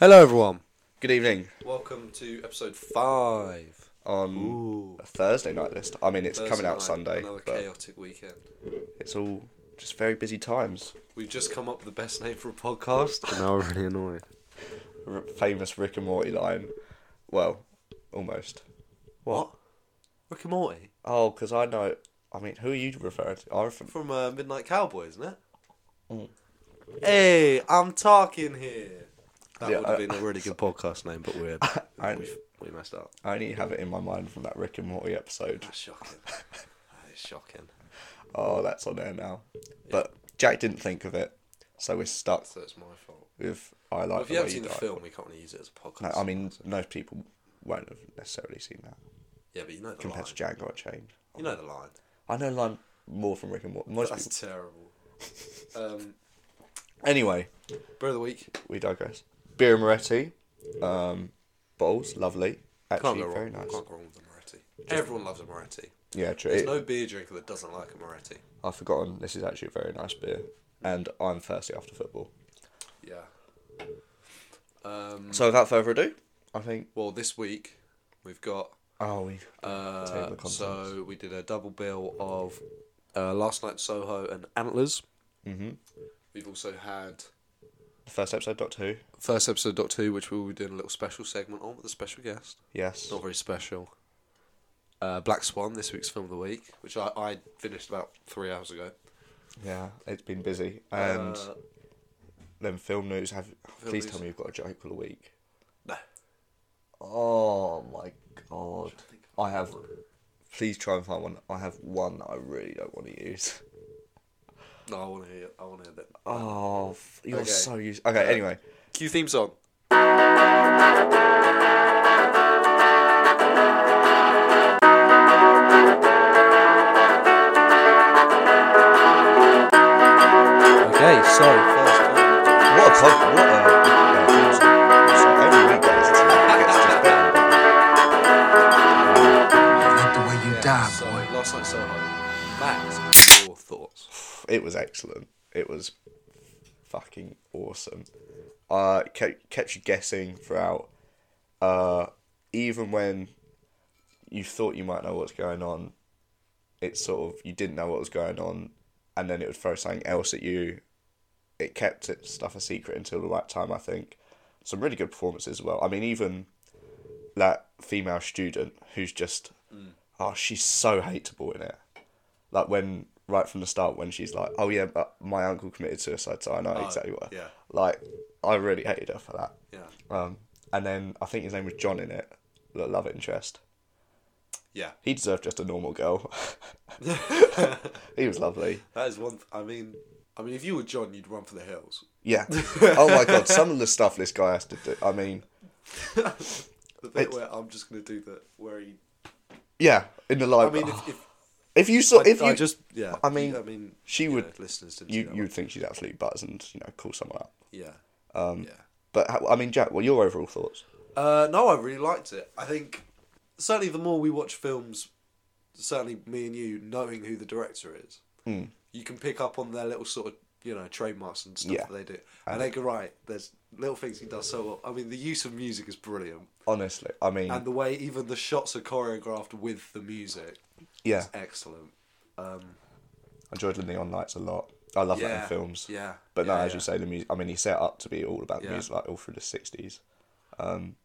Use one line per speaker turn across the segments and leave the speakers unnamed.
Hello, everyone.
Good evening
Welcome to episode five.
on
Ooh.
a Thursday night list. I mean, it's coming
Thursday
out
night,
Sunday,
Another
but
chaotic weekend.
it's all just very busy times.
We've just come up with the best name for a podcast.
And I'm really annoyed.
R- famous Rick and Morty line. Well, almost.
What? Rick and Morty
Oh, because I know. I mean, who are you referring to? I refer-
from uh, Midnight Cowboy, isn't it?
Mm.
Hey, I'm talking here. That
Yeah,
would have
I-
been a really good podcast name, but we're
I-
we we messed up.
I only have it in my mind from that Rick and Morty episode.
That's shocking. That is shocking.
Oh, that's on there now. But Jack didn't think of it, so we're stuck
So it's my fault.
with I like
Well, if
the
you haven't
way
seen
you
the
die.
film, we can't really use it as a
No,
podcast.
I mean, most people won't have necessarily seen that
yeah, but you know the line.
compared to Django Unchained.
You know the line.
I know line more from Rick and Morty. Most
That's terrible. Um,
Anyway,
Bird of the week.
we digress. Beer Moretti, um, bowls, lovely.
Can't
Actually,
go wrong.
very nice.
Can't go wrong with a Moretti. Everyone loves a Moretti.
Yeah, true.
There's
It-
no beer drinker that doesn't like a Moretti.
I've forgotten. This is actually a very nice beer, and I'm thirsty after football.
Yeah. Um,
So without further ado, I think.
well, this week we've got.
Oh, we. Table
Uh,
of contents.
so we did a double bill of uh, last night Soho and Antlers. Mm-hmm.
hmm
We've also had
The first episode, Doctor Who.
first episode dot two, which we'll be doing a little special segment on with a special guest.
Yes.
Not very special. Uh, Black Swan, this week's film of the week, which I, I finished about three hours ago.
Yeah, it's been busy. And
Uh,
then film news. Have please
news.
tell me you've got a joke for the week.
no.
Oh my god. I have. Please try and find one. I have one that I really don't want to use.
No, I want to hear. I want to hear that.
Oh, f- you're
Okay.
so used. Okay,
Uh,
anyway.
Cue theme song. Okay, sorry. First one.
What a pod, what a uh, music. So every week that is it gets just better.
Not the way you die,
So,
boy.
last night Soho. Max, your thoughts?
It was excellent. It was fucking awesome. Uh, it kept kept you guessing throughout. Uh, even when you thought you might know what's going on, it sort of you didn't know what was going on, and then it would throw something else at you. It kept it stuff a secret until the right time. I think some really good performances as well. I mean, even that female student who's just oh, she's so hateable in it like when right from the start when she's like, "Oh yeah, but my uncle committed suicide, so I know exactly what."
yeah.
Like, I really hated her for that.
Yeah.
Um, and then I think his name was John in it, the love interest.
Yeah.
He deserved just a normal girl. he was lovely.
That is one. Th- I mean, I mean, if you were John, you'd run for the hills.
Yeah. Oh my god, some of the stuff this guy has to do. I mean,
The bit
It's-
where I'm just gonna do the where he.
yeah, in the
I
live.
mean, if, if
if you saw, if
I
you
just yeah.
I mean,
I mean,
she
you
would-
know, listeners didn't. see
you
that
you
one.
would think she's absolutely buzz and you know call someone up.
yeah.
um,
yeah.
But how- I mean, Jack, what are your overall thoughts?
Uh, no, I really liked it. I think certainly the more we watch films, certainly me and you knowing who the director is,
Hmm.
you can pick up on their little sort of you know trademarks and stuff
Yeah.
that they do. And Edgar Wright, there's little things he does so well. I mean, the use of music is brilliant,
Honestly, I mean,
and the way even the shots are choreographed with the music
yeah,
is excellent.
I enjoyed the Neon Lights a lot. I love that in
Yeah,
films.
yeah,
But no,
yeah,
as you
yeah.
say, the music. I mean, he set up to be all about the
Yeah.
music, like all through the sixties. Um,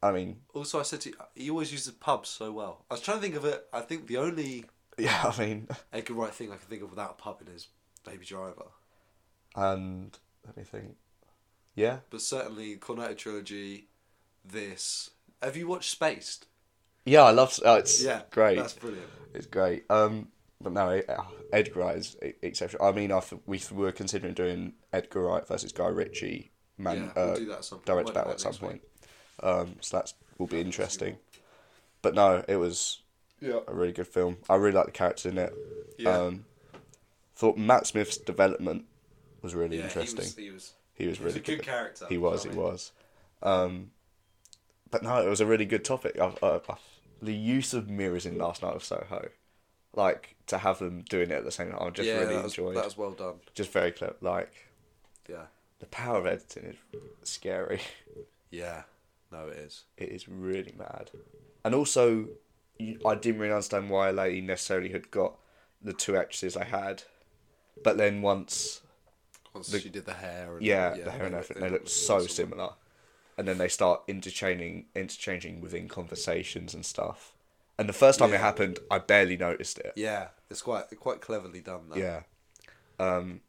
I mean,
Also, I said to you, he always uses pubs so well. I was trying to think of it. I think the only
yeah, I mean,
Edgar Wright thing I can think of without a pub in is Baby Driver.
and let me think. Yeah,
but certainly Cornetto trilogy. This have you watched Spaced?
yeah, I love. Oh, it's
Yeah,
great.
That's brilliant.
It's great. Um, but no, Ed- oh, Edgar Wright is e- exceptional. I mean, I th- we were considering doing Edgar Wright versus Guy Ritchie, man,
Yeah, we'll
uh,
do that at some point.
direct
Might do
battle
that
at some
next
point. Um, so that will be interesting. But no, it was
Yeah.
a really good film. I really like the characters in it.
Yeah.
Um, thought Matt Smith's development was really interesting. He was,
He was,
really
a good character.
He was. He was. Um, but no, it was a really good topic. I, I, I, the use of mirrors in Last Night of Soho, like to have them doing it at the same time, I just
yeah,
really
that was,
enjoyed.
that was well done.
Just very clever. Like
Yeah.
The power of editing is scary.
Yeah. No, it is.
It is really mad. And also, you, I didn't really understand why they necessarily had got the two actresses I had. But then once,
Once she did the hair. And,
yeah, the hair and
they-
everything, they looked so similar. And then they start interchanging, interchanging within conversations and stuff. And the first time it
Yeah.
happened, I barely noticed it.
Yeah, it's quite quite cleverly done. That.
Yeah. Um,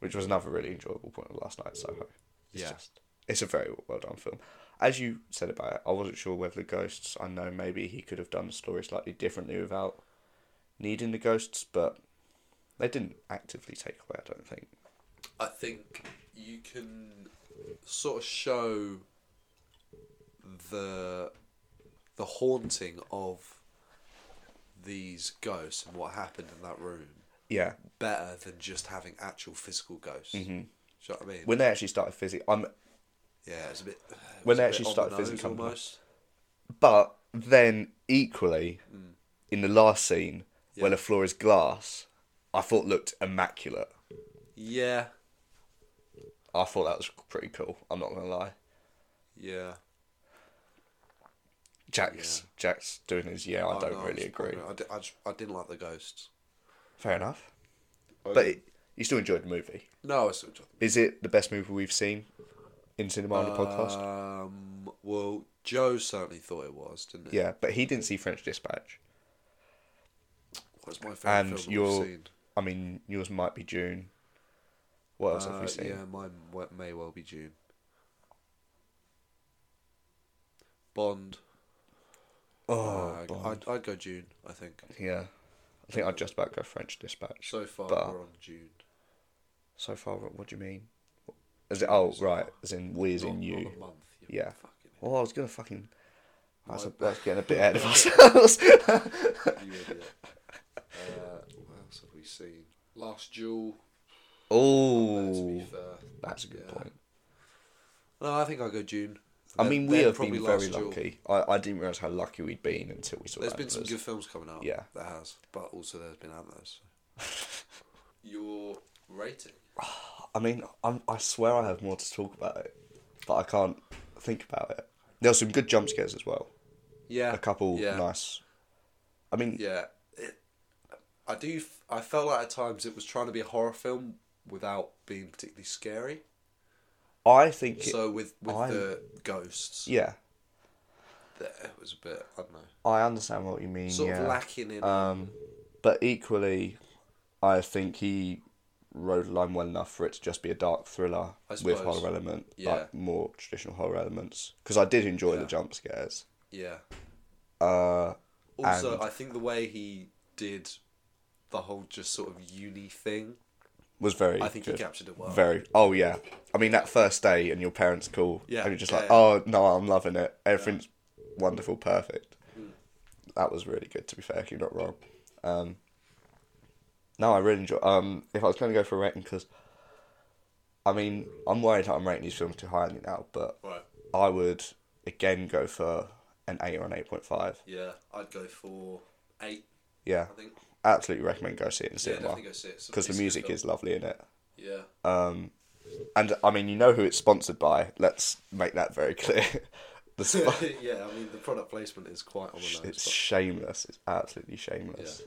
which was another really enjoyable point of last night's Soho. It's
Yeah.
just- it's a very well done film. As you said about it, I wasn't sure whether the ghosts, I know maybe he could have done the story slightly differently without needing the ghosts, but they didn't actively take away, I don't think.
I think you can sort of show the the haunting of these ghosts and what happened in that room
Yeah.
better than just having actual physical ghosts. Mm-hmm. Do you know what I mean?
When they actually started physics, I'm,
yeah, it's a bit. it
When
was
they
a bit
actually
on
started
the nose
physical combat.
almost.
but then equally, in the last scene,
Mm.
where
Yeah.
the floor is glass, I thought looked immaculate.
Yeah,
I thought that was pretty cool. I'm not gonna lie.
yeah.
Jack's Jack's doing his yeah. I
Oh,
don't
no,
really
just- I
agree.
don't know, I, di- I, just- I didn't like the ghosts.
Fair enough,
I
but
didn't-
it, you still enjoyed the movie.
no, it's
Is it the best movie we've seen in cinema on the podcast?
um, well, Joe certainly thought it was, didn't he?
Yeah, but he didn't see French Dispatch,
What's my favorite
and
film
your
I've seen?
I mean yours might be June. What else have
Uh,
we seen?
Yeah, mine w- may well be June. Bond.
Oh,
Uh,
Bond.
I'd, I'd go June, I think.
yeah. I think I'd just about go French Dispatch.
So far,
But-
we're on June.
So far, what what do you mean? As it, oh right, as in we as
Not-
in
not
you.
a month, you
Yeah.
fucking
Well, I was gonna fucking. That's,
My-
that's getting a bit ahead of ourselves.
you idiot. Uh, what else have we seen? Last Duel. uh, to be
oh,
fair.
that's a good
Yeah.
point.
No, I think I'll go June.
I
Then-
mean, we
then
have
probably
been very
Last Duel.
lucky. I, I didn't realize how lucky we'd been until we saw.
There's been some
Landers.
good films coming out.
Yeah.
There has. But also, there's been others. Your rating?
I mean, I'm, I swear I have more to talk about it, but I can't think about it. There were some good jump scares as well.
Yeah.
A couple
yeah.
nice. I mean,
Yeah. It, I do. f- I felt like at times it was trying to be a horror film without being particularly scary.
I think. it-
So with with
I-
the ghosts,
yeah,
that it was a bit. I don't know.
I understand what you mean.
Sort
yeah.
of lacking in.
Um, but equally, I think he rode a line well enough for it to just be a dark thriller
I
with
suppose.
horror element,
Yeah.
like more traditional horror elements. Because I did enjoy the
Yeah.
jump scares.
yeah.
Uh,
Also,
and-
I think the way he did the whole just sort of uni thing.
was very.
I think he
good.
captured it well.
Very. Oh yeah. I mean that first day and your parents call.
Yeah,
And you're just
yeah,
like,
yeah.
oh no, I'm loving it. Everything's wonderful, perfect.
Mm.
That was really good. To be fair, you're not wrong. Um, no, I really enjoy. Um, if I was going to go for a rating, because I mean, I'm worried that I'm rating these films too highly now, but
Right.
I would again go for an eight or an eight point five.
Yeah. I'd go for eight.
Yeah,
I think.
absolutely recommend go see it in
Yeah,
cinema
definitely go see it.
because the music is uh, lovely in it.
Yeah.
And I mean, you know who it's sponsored by. Let's make that very clear. the sp-
yeah. I mean, the product placement is quite on the nose.
it's
but-
shameless. It's absolutely shameless.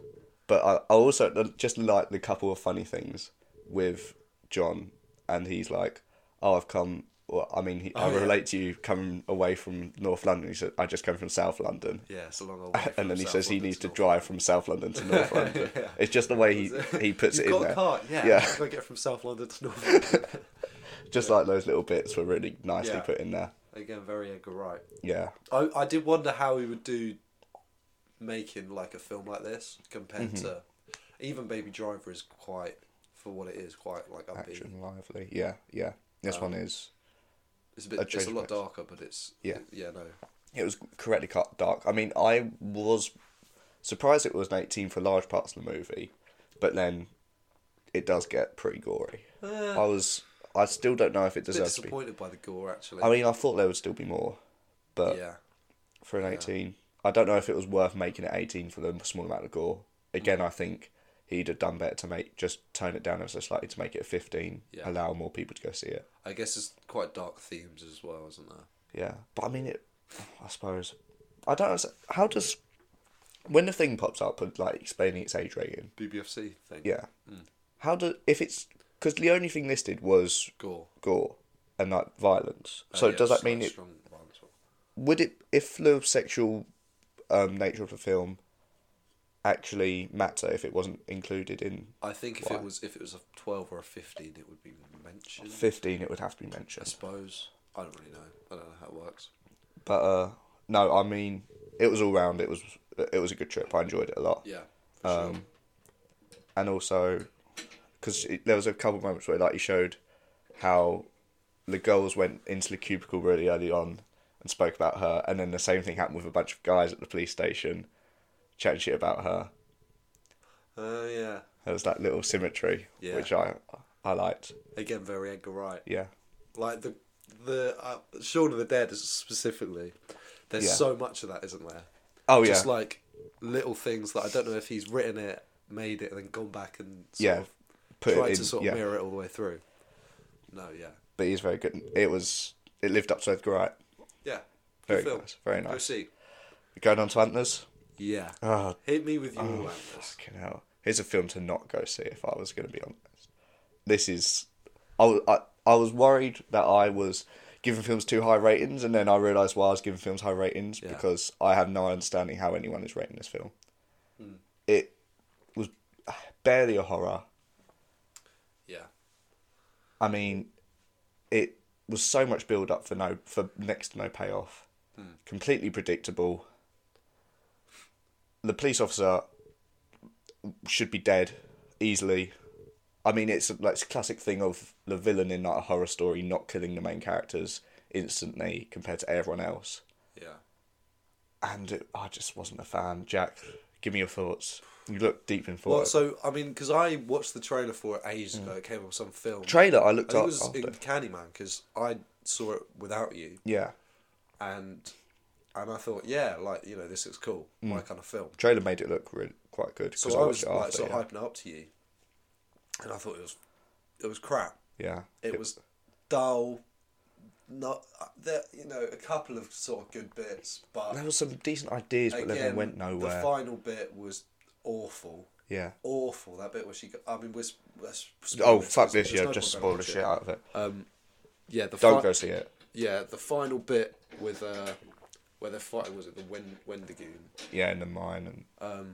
But I, I also l- just like the couple of funny things with John, and he's like, "Oh, I've come." Well, I mean, he, I
Oh, yeah.
relate to you coming away from North London. He said, "I just came from South London."
yeah. It's a long old. way from
And then he
South
says he
London
needs to
North
drive from South London to North London.
Yeah.
It's just the way he, he puts
You've
it in
got
there.
a car, yeah.
Yeah.
I've got to get from South London to North London.
Just like those little bits were really nicely
Yeah.
put in there.
Again, very Edgar Wright.
Yeah.
I, I did wonder how he would do making like a film like this compared
Mm-hmm.
to even Baby Driver is quite for what it is quite like upbeat.
Action lively. Yeah, yeah. This
Um,
one is.
It's a bit.
A
it's a lot
change
darker, but it's
Yeah.
yeah no
It was correctly cut dark. I mean, I was surprised it was an 18 for large parts of the movie, but then it does get pretty gory. I was. I still don't know if it
a Uh, bit
deserves to be.
disappointed by the gore actually.
I mean, I thought there would uh, still be more, but
yeah,
for an 18, I don't know if it was worth making it 18 for the small amount of gore. Again, I think he'd have done better to make just tone it down ever so slightly to make it a fifteen,
Yeah.
allow more people to go see it.
I guess it's quite dark themes as well, isn't there?
Yeah, but I mean it. I suppose I don't. understand- How does when the thing pops up and like explaining its age rating?
BBFC thing.
Yeah. How do if it's because the only thing listed was
Gore.
gore and like violence. So
Uh, yeah,
does that
just, like,
mean it
strong violence or-
would it if the sexual um, nature of the film actually matter if it wasn't included in
I think if
Why?
it was if it was a twelve or a fifteen, it would be mentioned.
15 it would have to be
I
mentioned
suppose. I don't really know. I don't know how it works.
but uh no i mean it was all round it was it was a good trip i enjoyed it a lot
Yeah. For sure.
and also because there was a couple moments where like he showed how the girls went into the cubicle really early on and spoke about her and then the same thing happened with a bunch of guys at the police station chatting shit about her
Oh yeah.
there was that little symmetry
Yeah.
which i i liked
Again, very Edgar Wright.
yeah
Like the the uh, Shaun of the Dead specifically. There's
Yeah.
so much of that, isn't there?
Oh yeah,
Just like little things that I don't know if he's written it, made it, and then gone back and sort
yeah.
of
Put
tried
it in.
to sort of
yeah,
mirror it all the way through. No, yeah,
but he's very good. It was. It lived up to Edgar Wright.
yeah.
Very
Good film.
nice. Very
Go
nice.
see.
Going on to Antlers.
Yeah.
Oh,
Hit me with your Atlas.
fucking hell. Here's a film to not go see if I was going to be honest. This is. I, wa- I, I was worried that I was giving films too high ratings, and then I realised why I was giving films high ratings
Yeah.
because I have no understanding how anyone is rating this film. It was ah, barely a horror.
Yeah.
I mean, it was so much build up for no for next to no payoff.
Hmm.
Completely predictable. The police officer should be dead easily. I mean, it's like it's a classic thing of the villain in like a horror story not killing the main characters instantly compared to everyone else.
Yeah.
And it, I just wasn't a fan. Jack, give me your thoughts. You look deep in thought.
Well, so I mean, because I watched the trailer for it
Hmm.
ages ago. It came up with some film.
Trailer, I
I
looked
think
up.
it was
after.
in Candyman because I saw it without you,
Yeah,
and and I thought, yeah, like you know, this looks cool, my kind of film.
trailer made it look really quite good.
So
'cause
I,
watched
was
Mm. it
like
after,
sort
yeah.
of hyping it up to you, and I thought it was it was crap.
Yeah.
It was dull. Not there, you know, a couple of sort of good bits, but
There were some decent ideas, but then they
again,
went
The
nowhere.
final bit was awful.
yeah.
awful. That bit where she. Got, I mean, we're. s- we're s-
Oh
spoilers,
fuck
there's-
this!
there's
Yeah,
no
just
point
spoil the
going Uh,
shit out of it.
into it. Yeah, the
Don't
fi-
go see it.
Yeah, the final bit with uh, where they're fighting was it the Wen- Wendigoon
Yeah, in the mine and
Uh,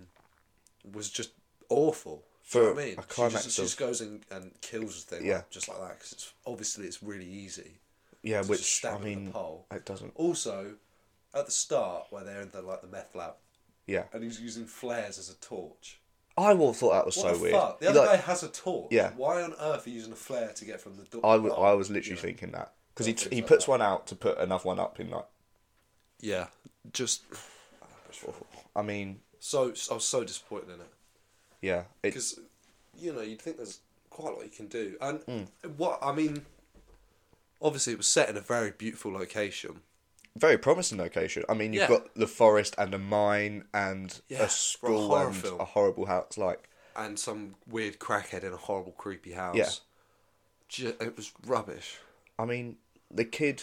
was just awful. Do you know what I
For
mean?
a
she
climax
just, she
of-
just goes and, and kills the thing.
Yeah.
like- just like that because it's obviously it's really easy.
yeah,
to just
which
stab
I
it with a
mean,
pole.
it doesn't.
Also, at the start where they're in the like the meth lab
Yeah,
and he's using flares as a torch.
I would have thought that was
What
so
the
weird.
fuck? The
You
other
like-
guy has a torch.
Yeah.
Why on earth are you using a flare to get from the door?
I was,
Oh,
I was literally
yeah.
thinking that because he
Yeah,
t-
things
he
like
puts
that.
one out to put another one up in like.
Yeah, just
I mean,
so I was so disappointed in it
yeah, it's
because you know you'd think there's quite a lot you can do, and
Mm.
what I mean, obviously it was set in a very beautiful location.
very promising location. I mean, you've
Yeah.
got the forest and a mine and
Yeah,
a
for a
school
horror
and
film.
a horrible house. Like,
And some weird crackhead in a horrible, creepy house.
Yeah.
Ju- it was rubbish.
I mean, the kid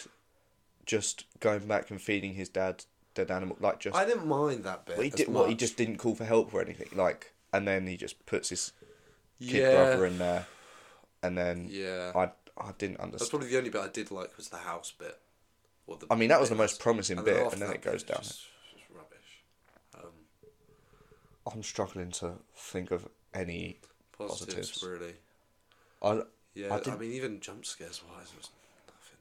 just going back and feeding his dad dead animal, like just
I didn't mind that bit.
But he
as
did what? He
much.
just didn't call for help or anything. Like, and then he just puts his kid
Yeah.
brother in there, and then
Yeah.
I I didn't
That's
understand.
probably the only bit I did like was the house bit. Or the
I mean, that was the
bit
most promising
and
bit,
after
and then
that
it goes
bit,
down.
it's Just, it's just rubbish.
I'm struggling to think of any
Positives,
positives.
really.
I
Yeah, I,
didn't-
mean, even jump scares wise, it was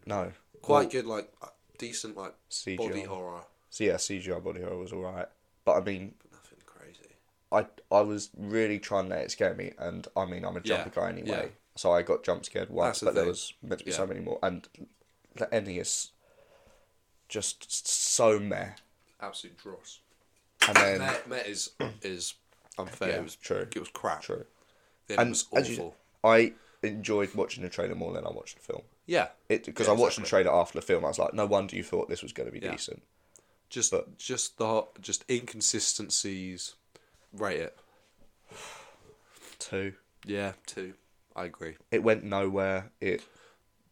nothing.
no.
Quite good, like uh, decent, like
CGI.
body horror,
So yeah, CGI body horror was alright, but I mean,
but nothing crazy.
I I was really trying to let it scare me, and I mean, I'm a
Yeah,
jumper guy anyway,
yeah.
so I got jump scared
That's
once,
the
but there
thing.
was meant to be
Yeah.
so many more, and the ending is just so meh.
Absolute dross.
And then
Met, Met is is unfair.
Um, Yeah,
it was
true.
It was crap.
True.
Then it
And
was
as
awful.
you- I enjoyed watching the trailer more than I watched the film.
yeah,
It because
Yeah,
I watched
exactly.
the trailer after the film. I was like, no wonder you thought this was going to be
Yeah.
decent.
just
but-
just the just inconsistencies. Rate it.
two.
Yeah, two. I agree.
It went nowhere. It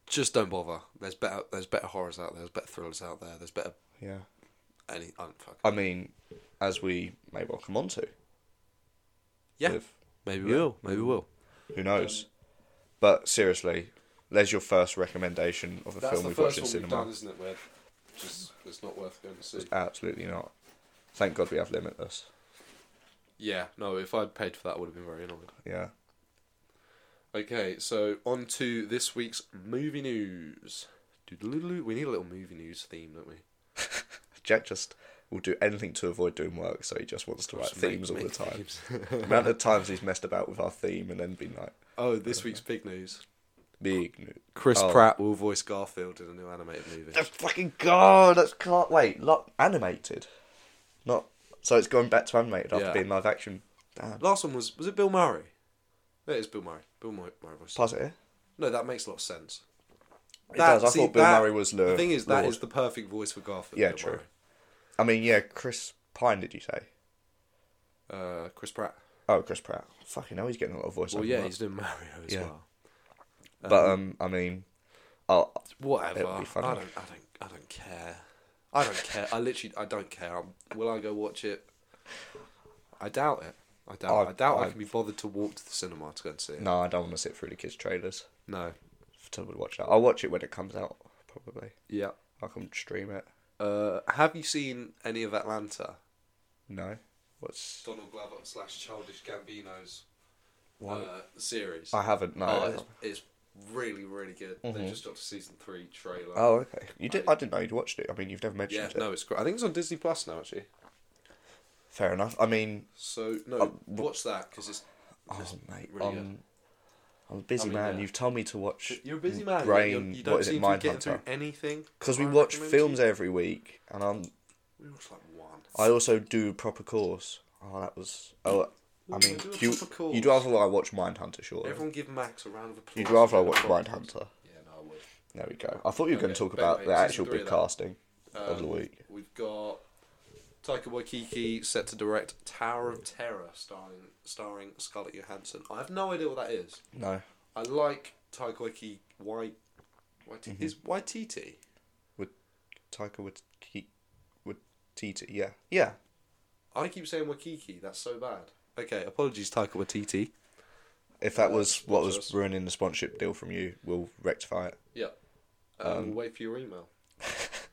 Just don't bother. There's better. There's better horrors out there. There's better thrillers out there. There's better
yeah.
any. I don't fuck.
I mean, as we may well come on to.
Yeah.
with-
Maybe we will. Maybe we will.
who knows? but seriously, there's your first recommendation of a
That's
film
the
we've
first
watched
one
in
we've
cinema.
done, isn't it? Where just it's not worth going to see.
Absolutely not. Thank God we have limitless.
Yeah. No. If I'd paid for that, I would have been very annoyed.
Yeah.
Okay. So on to this week's movie news. Doodle-doodle-doo. We need a little movie news theme, don't we?
Jack just will do anything to avoid doing work, so he just wants to write
Just make-
themes all the
make
time.
themes.
the amount of times he's messed about with our theme and then been like,
oh, this week's big news.
big new.
Chris
Oh.
Pratt will voice Garfield in a new animated movie.
The fucking God, that's can't wait. Not animated. Not. So it's going back to animated after
Yeah.
being live action. Damn.
Last one was was it Bill Murray? Yeah, It is Bill Murray. Bill Murray. Murray voiced-
Pass it here.
No, that makes a lot of sense.
It does. I thought Bill Murray was Lur-
The thing is, that
Lord.
is the perfect voice for Garfield.
Yeah,
Bill
true. I mean, yeah, Chris Pine, did you say?
Murray. Uh, Chris Pratt.
Oh, Chris Pratt. Fucking hell, he's getting a lot of voice.
Well,
acting
yeah,
work.
he's doing Mario as
Yeah.
well.
But um, I mean, oh,
Whatever.
It'll
I
be
don't.
fun.
I don't. I don't care. I don't care. I literally. I don't care. Um will I go watch it? I doubt it. I doubt. I,
I-
doubt I,
I-
can be bothered to walk to the cinema to go and see it.
no, I don't want to sit through the kids' trailers
No.
to watch that. I'll watch it when it comes out, probably.
Yeah.
I can stream it.
Uh, have you seen any of Atlanta?
No, what's
Donald Glover slash Childish Gambino's uh,
Why-
series.
I Mm-hmm. haven't. No.
Oh,
Oh,
it's, it's really, really good. They just dropped a season three trailer.
Oh, okay. You did. I didn't know you'd watched it. I mean, you've never
yeah,
mentioned it.
no, it's great. I think it's on Disney Plus now, actually.
Fair enough. I mean,
So
Uh,
no, watch that because it's.
oh
it's
mate,
really
um, I'm a busy
mean,
man.
yeah.
You've told me to watch.
good. You're a busy man. yeah,
Brain.
you're- you don't
what is
seem
it?
to be getting through
Mindhunter.
anything.
Because we
I
watch
recommend
films
you.
every week, and I'm.
We watch like one.
I also do proper course. Oh, that was. Oh, I
Ooh,
mean,
do a
you,
proper course.
you'd rather I watch Mindhunter, surely.
Everyone give Max a round of applause.
You'd rather I watch
Yeah,
Mindhunter.
no, I would.
There we go. I thought you were going
Okay,
to talk
but
about
anyway,
the
season
actual
three
big
of that.
casting of the
Um,
week.
We've got Taika Waititi set to direct Tower of Terror, starring starring Scarlett Johansson. I have no idea what that is.
No,
I like Taika Waititi. Why? Waititi
Mm-hmm.
Is Waititi?
with Taika would keep would Titi. Yeah, yeah.
I keep saying Waikiki. That's so bad. Okay, apologies, Taika Waititi.
If that was what
watch
was
us.
ruining the sponsorship deal from you, we'll rectify it.
Yeah. Um, we'll wait for your email.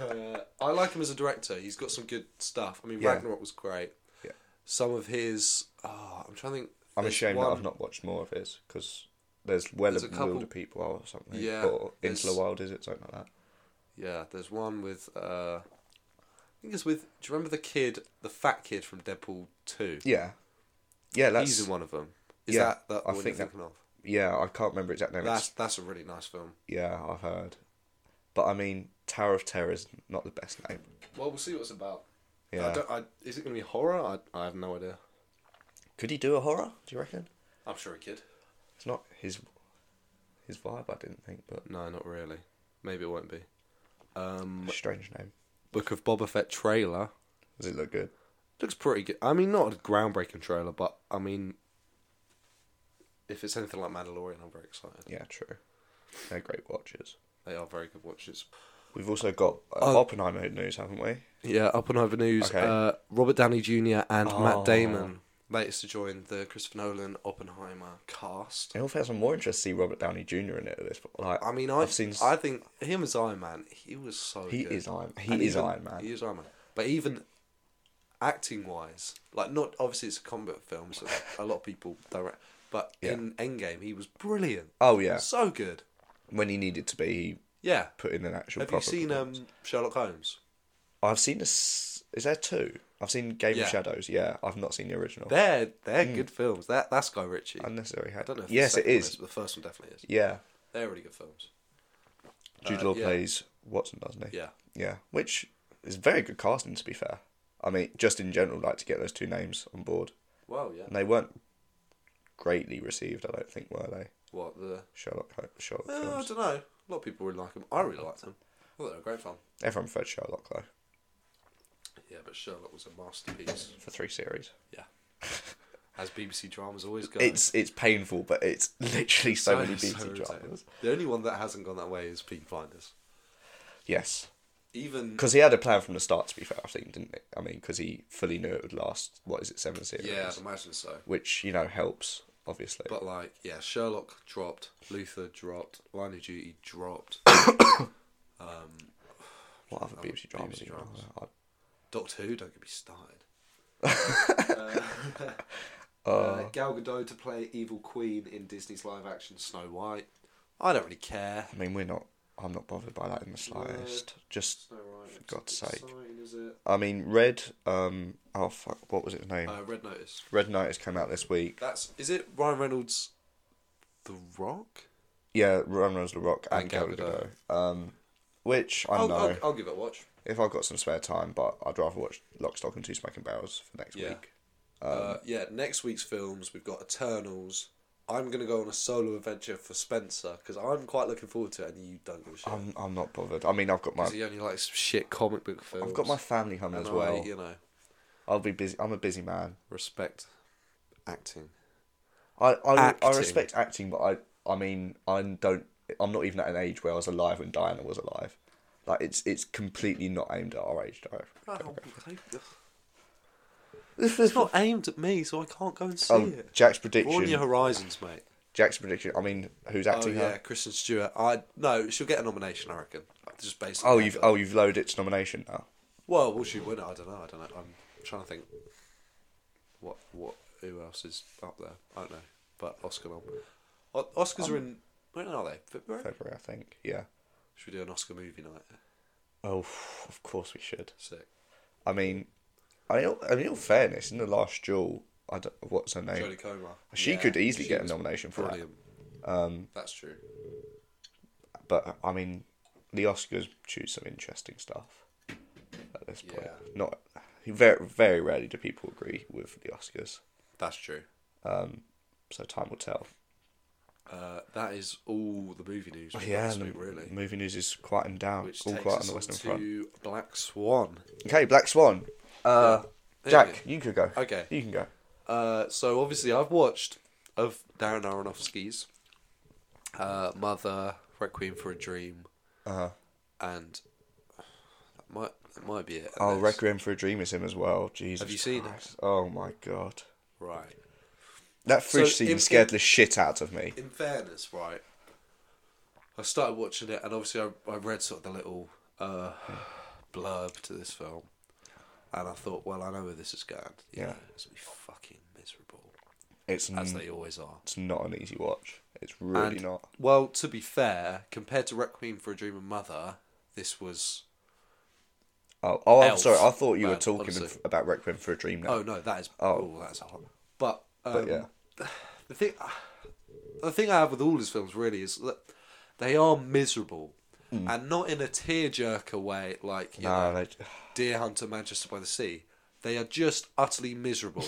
uh, I like him as a director. He's got some good stuff. I mean,
Yeah.
Ragnarok was great.
Yeah.
Some of his. Oh, I'm trying to think.
I'm
There's
ashamed that
one-
I've not watched more of his because there's well
There's
there's
a
of
couple-
Wilder People or something.
Yeah,
or Into the
there's-
Wild is it something like that?
Yeah, there's one with. Uh, I think it's with. Do you remember the kid, the fat kid from Deadpool 2?
Yeah, yeah. That's
He's in one of them. Is
Yeah,
that, that
I
the one
think
you're
that-
thinking of?
yeah. I can't remember exact name.
That's,
It's,
that's a really nice film.
yeah, I've heard. But I mean, Tower of Terror is not the best name.
Well, we'll see what it's about.
Yeah.
I don't, I, is it going to be horror? I, I have no idea.
Could he do a horror? Do you reckon?
I'm sure it could.
It's not his his vibe. I didn't think, but
No, not really. Maybe it won't be. Um,
strange name.
Book of Boba Fett trailer
Does it look good?
looks pretty good. I mean, not a groundbreaking trailer, but I mean, if it's anything like Mandalorian, I'm very excited.
Yeah, true. They're great watches.
They are very good watches.
We've also got uh,
Oh.
Oppenheimer news, haven't we?
Yeah, up and over news.
Okay.
Uh, Robert Downey Jr. and
Oh.
Matt Damon latest to join the Christopher Nolan Oppenheimer cast.
In all fairness, I'm more interested to see Robert Downey Jr. in it at this point. Like,
I mean, I,
I've seen. s-
I think him as Iron Man, he was so.
He
good.
is Iron- he
And
is
even-
Iron Man.
He is Iron Man. But even acting wise, like not obviously it's a combat film, so a lot of people direct. But
Yeah.
in Endgame, he was brilliant.
oh yeah,
So good.
when he needed to be, he
Yeah.
put in an actual.
Have you
proper
seen
performance.
um, Sherlock Holmes?
I've seen this. Is there two? I've seen Game
Yeah.
of Shadows. Yeah, I've not seen the original.
They're they're good films. That that's Guy Ritchie. I
Unnecessary. I
don't know. If the
Hmm. yes, it
second one
is.
but the first one definitely is.
Yeah,
They're really good films.
Jude
Uh,
Law
yeah.
plays Watson, doesn't he?
Yeah.
Yeah, which is very good casting to be fair. I mean, just in general, like to get those two names on board,
Well, yeah.
and they weren't greatly received. I don't think were they
What the?
Sherlock Holmes, Sherlock
Uh, I
films.
don't know. A lot of people really like them. I really liked them. I thought they were great fun.
Everyone preferred Sherlock though
Yeah, but Sherlock was a masterpiece.
for three series.
Yeah. As BBC dramas always go.
It's it's painful, but it's literally so, many
so
BBC
irritating.
dramas.
The only one that hasn't gone that way is Peaky Blinders.
Yes,
Even
because he had a plan from the start. To be fair, I think didn't he? I mean, because he fully knew it would last. What is it, seven series?
yeah, I'd imagine so.
which you know helps obviously.
But like, yeah, Sherlock dropped, Luther dropped, Line of Duty dropped,
what other BBC dramas?
BBC
do you know?
dramas.
I-
Doctor Who. Don't get me started. uh, uh, Gal Gadot to play evil queen in Disney's live-action Snow White. I don't really care.
I mean, we're not. I'm not bothered by that in the slightest. Just
Snow White. it's
God's
exciting, Is it?
I mean, Red. Um. Oh fuck. What was its name?
Uh, Red Notice.
Red Notice came out this week.
That's is it Ryan Reynolds, The Rock?
Yeah, Run Runs the Rock and
And Gal Oh,
Gal Gadot. Um, which I
I'll,
know
I'll, I'll give it a watch.
if I've got some spare time, but I'd rather watch Lock, Stock, and Two Smoking Barrels for next
Yeah.
week. Um,
uh, yeah, next week's films we've got Eternals. I'm gonna go on a solo adventure for Spencer because I'm quite looking forward to it, and you don't give a shit.
I'm I'm not bothered. I mean, I've got my
'Cause he only likes shit comic book films.
I've got my family home
And
as
I,
well.
you know,
I'll be busy. I'm a busy man.
respect acting.
I I, I
Acting.
respect acting, but I I mean I don't. I'm not even at an age where I was alive when Diana was alive. Like it's it's completely not aimed at our age. I-
it's not aimed at me, so I can't go and see
Um,
it.
Jack's
Broaden your
prediction.
horizons, mate.
Jack's prediction. I mean, who's
Oh
acting?
yeah,
her?
Kristen Stewart. I no, she'll get a nomination. I reckon. Just based. On
Oh,
that,
you've
but-
oh you've loaded its nomination now.
Well, will she win it? I don't know. I don't know. I'm trying to think. What what? Who else is up there? I don't know. But Oscar nom. O- Oscars
Um,
are in. When are they? February.
February, I think. Yeah.
Should we do an Oscar movie night?
Oh, of course we should.
Sick.
I mean, I mean, I mean, in all fairness, in the last duel, I don't, what's her name?
Jodie Comer.
She
Yeah,
could easily
she
get a
was
nomination for
brilliant. Um, That's true.
But I mean, the Oscars choose some interesting stuff at this point.
Yeah.
Not very very rarely do people agree with the Oscars,
That's true.
so time will tell.
Uh, that is all the movie news. for this
Oh, and
week,
the
really.
movie news is quiet and down.
Which
all
takes
quiet
us
on the
on
Western Front.
to Black Swan.
Okay, Black Swan. Uh,
Yeah.
Jack, you could go.
Okay.
you can go.
Uh, so obviously I've watched of Darren Aronofsky's uh, Mother, Requiem for a Dream,
Uh-huh.
and that might that might be it.
Oh,
unless-
Requiem for a Dream is him as well. Jesus.
you seen it?
Christ. Oh my god.
right.
That fridge
So,
scene
in-
scared
in-
the shit out of me.
In fairness, right, I started watching it, and obviously I, I read sort of the little uh, blurb to this film, and I thought, well, I know where this is going. You
Yeah. Mm.
know, it's gonna be fucking miserable,
It's
as
n-
they always are.
it's not an easy watch. It's really
And-
not.
Well, to be fair, compared to Requiem for a Dream and Mother, this was.
Oh, oh I'm
Elf,
sorry. I thought you were
man,
talking
honestly.
f- about Requiem for a Dream now.
Oh no, that is. Oh,
Oh.
that's hot. But, um,
but yeah.
the thing, the thing I have with all his films really is that they are miserable,
Hmm.
and not in a tearjerker way, like you
No,
know,
they,
Deer Hunter, Manchester by the Sea. They are just utterly miserable.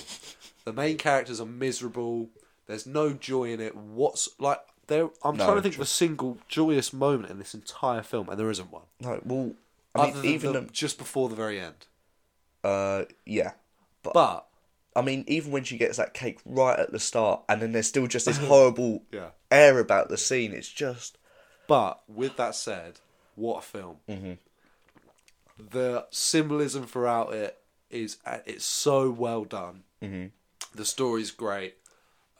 the main characters are miserable. There's no joy in it. What's like there? I'm
No,
trying to think
true.
of a single joyous moment in this entire film, and there isn't one.
no. Well, I mean,
Other than
even
the- just before the very end.
the- uh, yeah. But,
But
I mean, even when she gets that cake right at the start, and then there's still just this horrible
Yeah.
air about the scene. It's just
But with that said, what a film! Mm-hmm. The symbolism throughout it is uh, it's so well done. Mm-hmm. The story's great.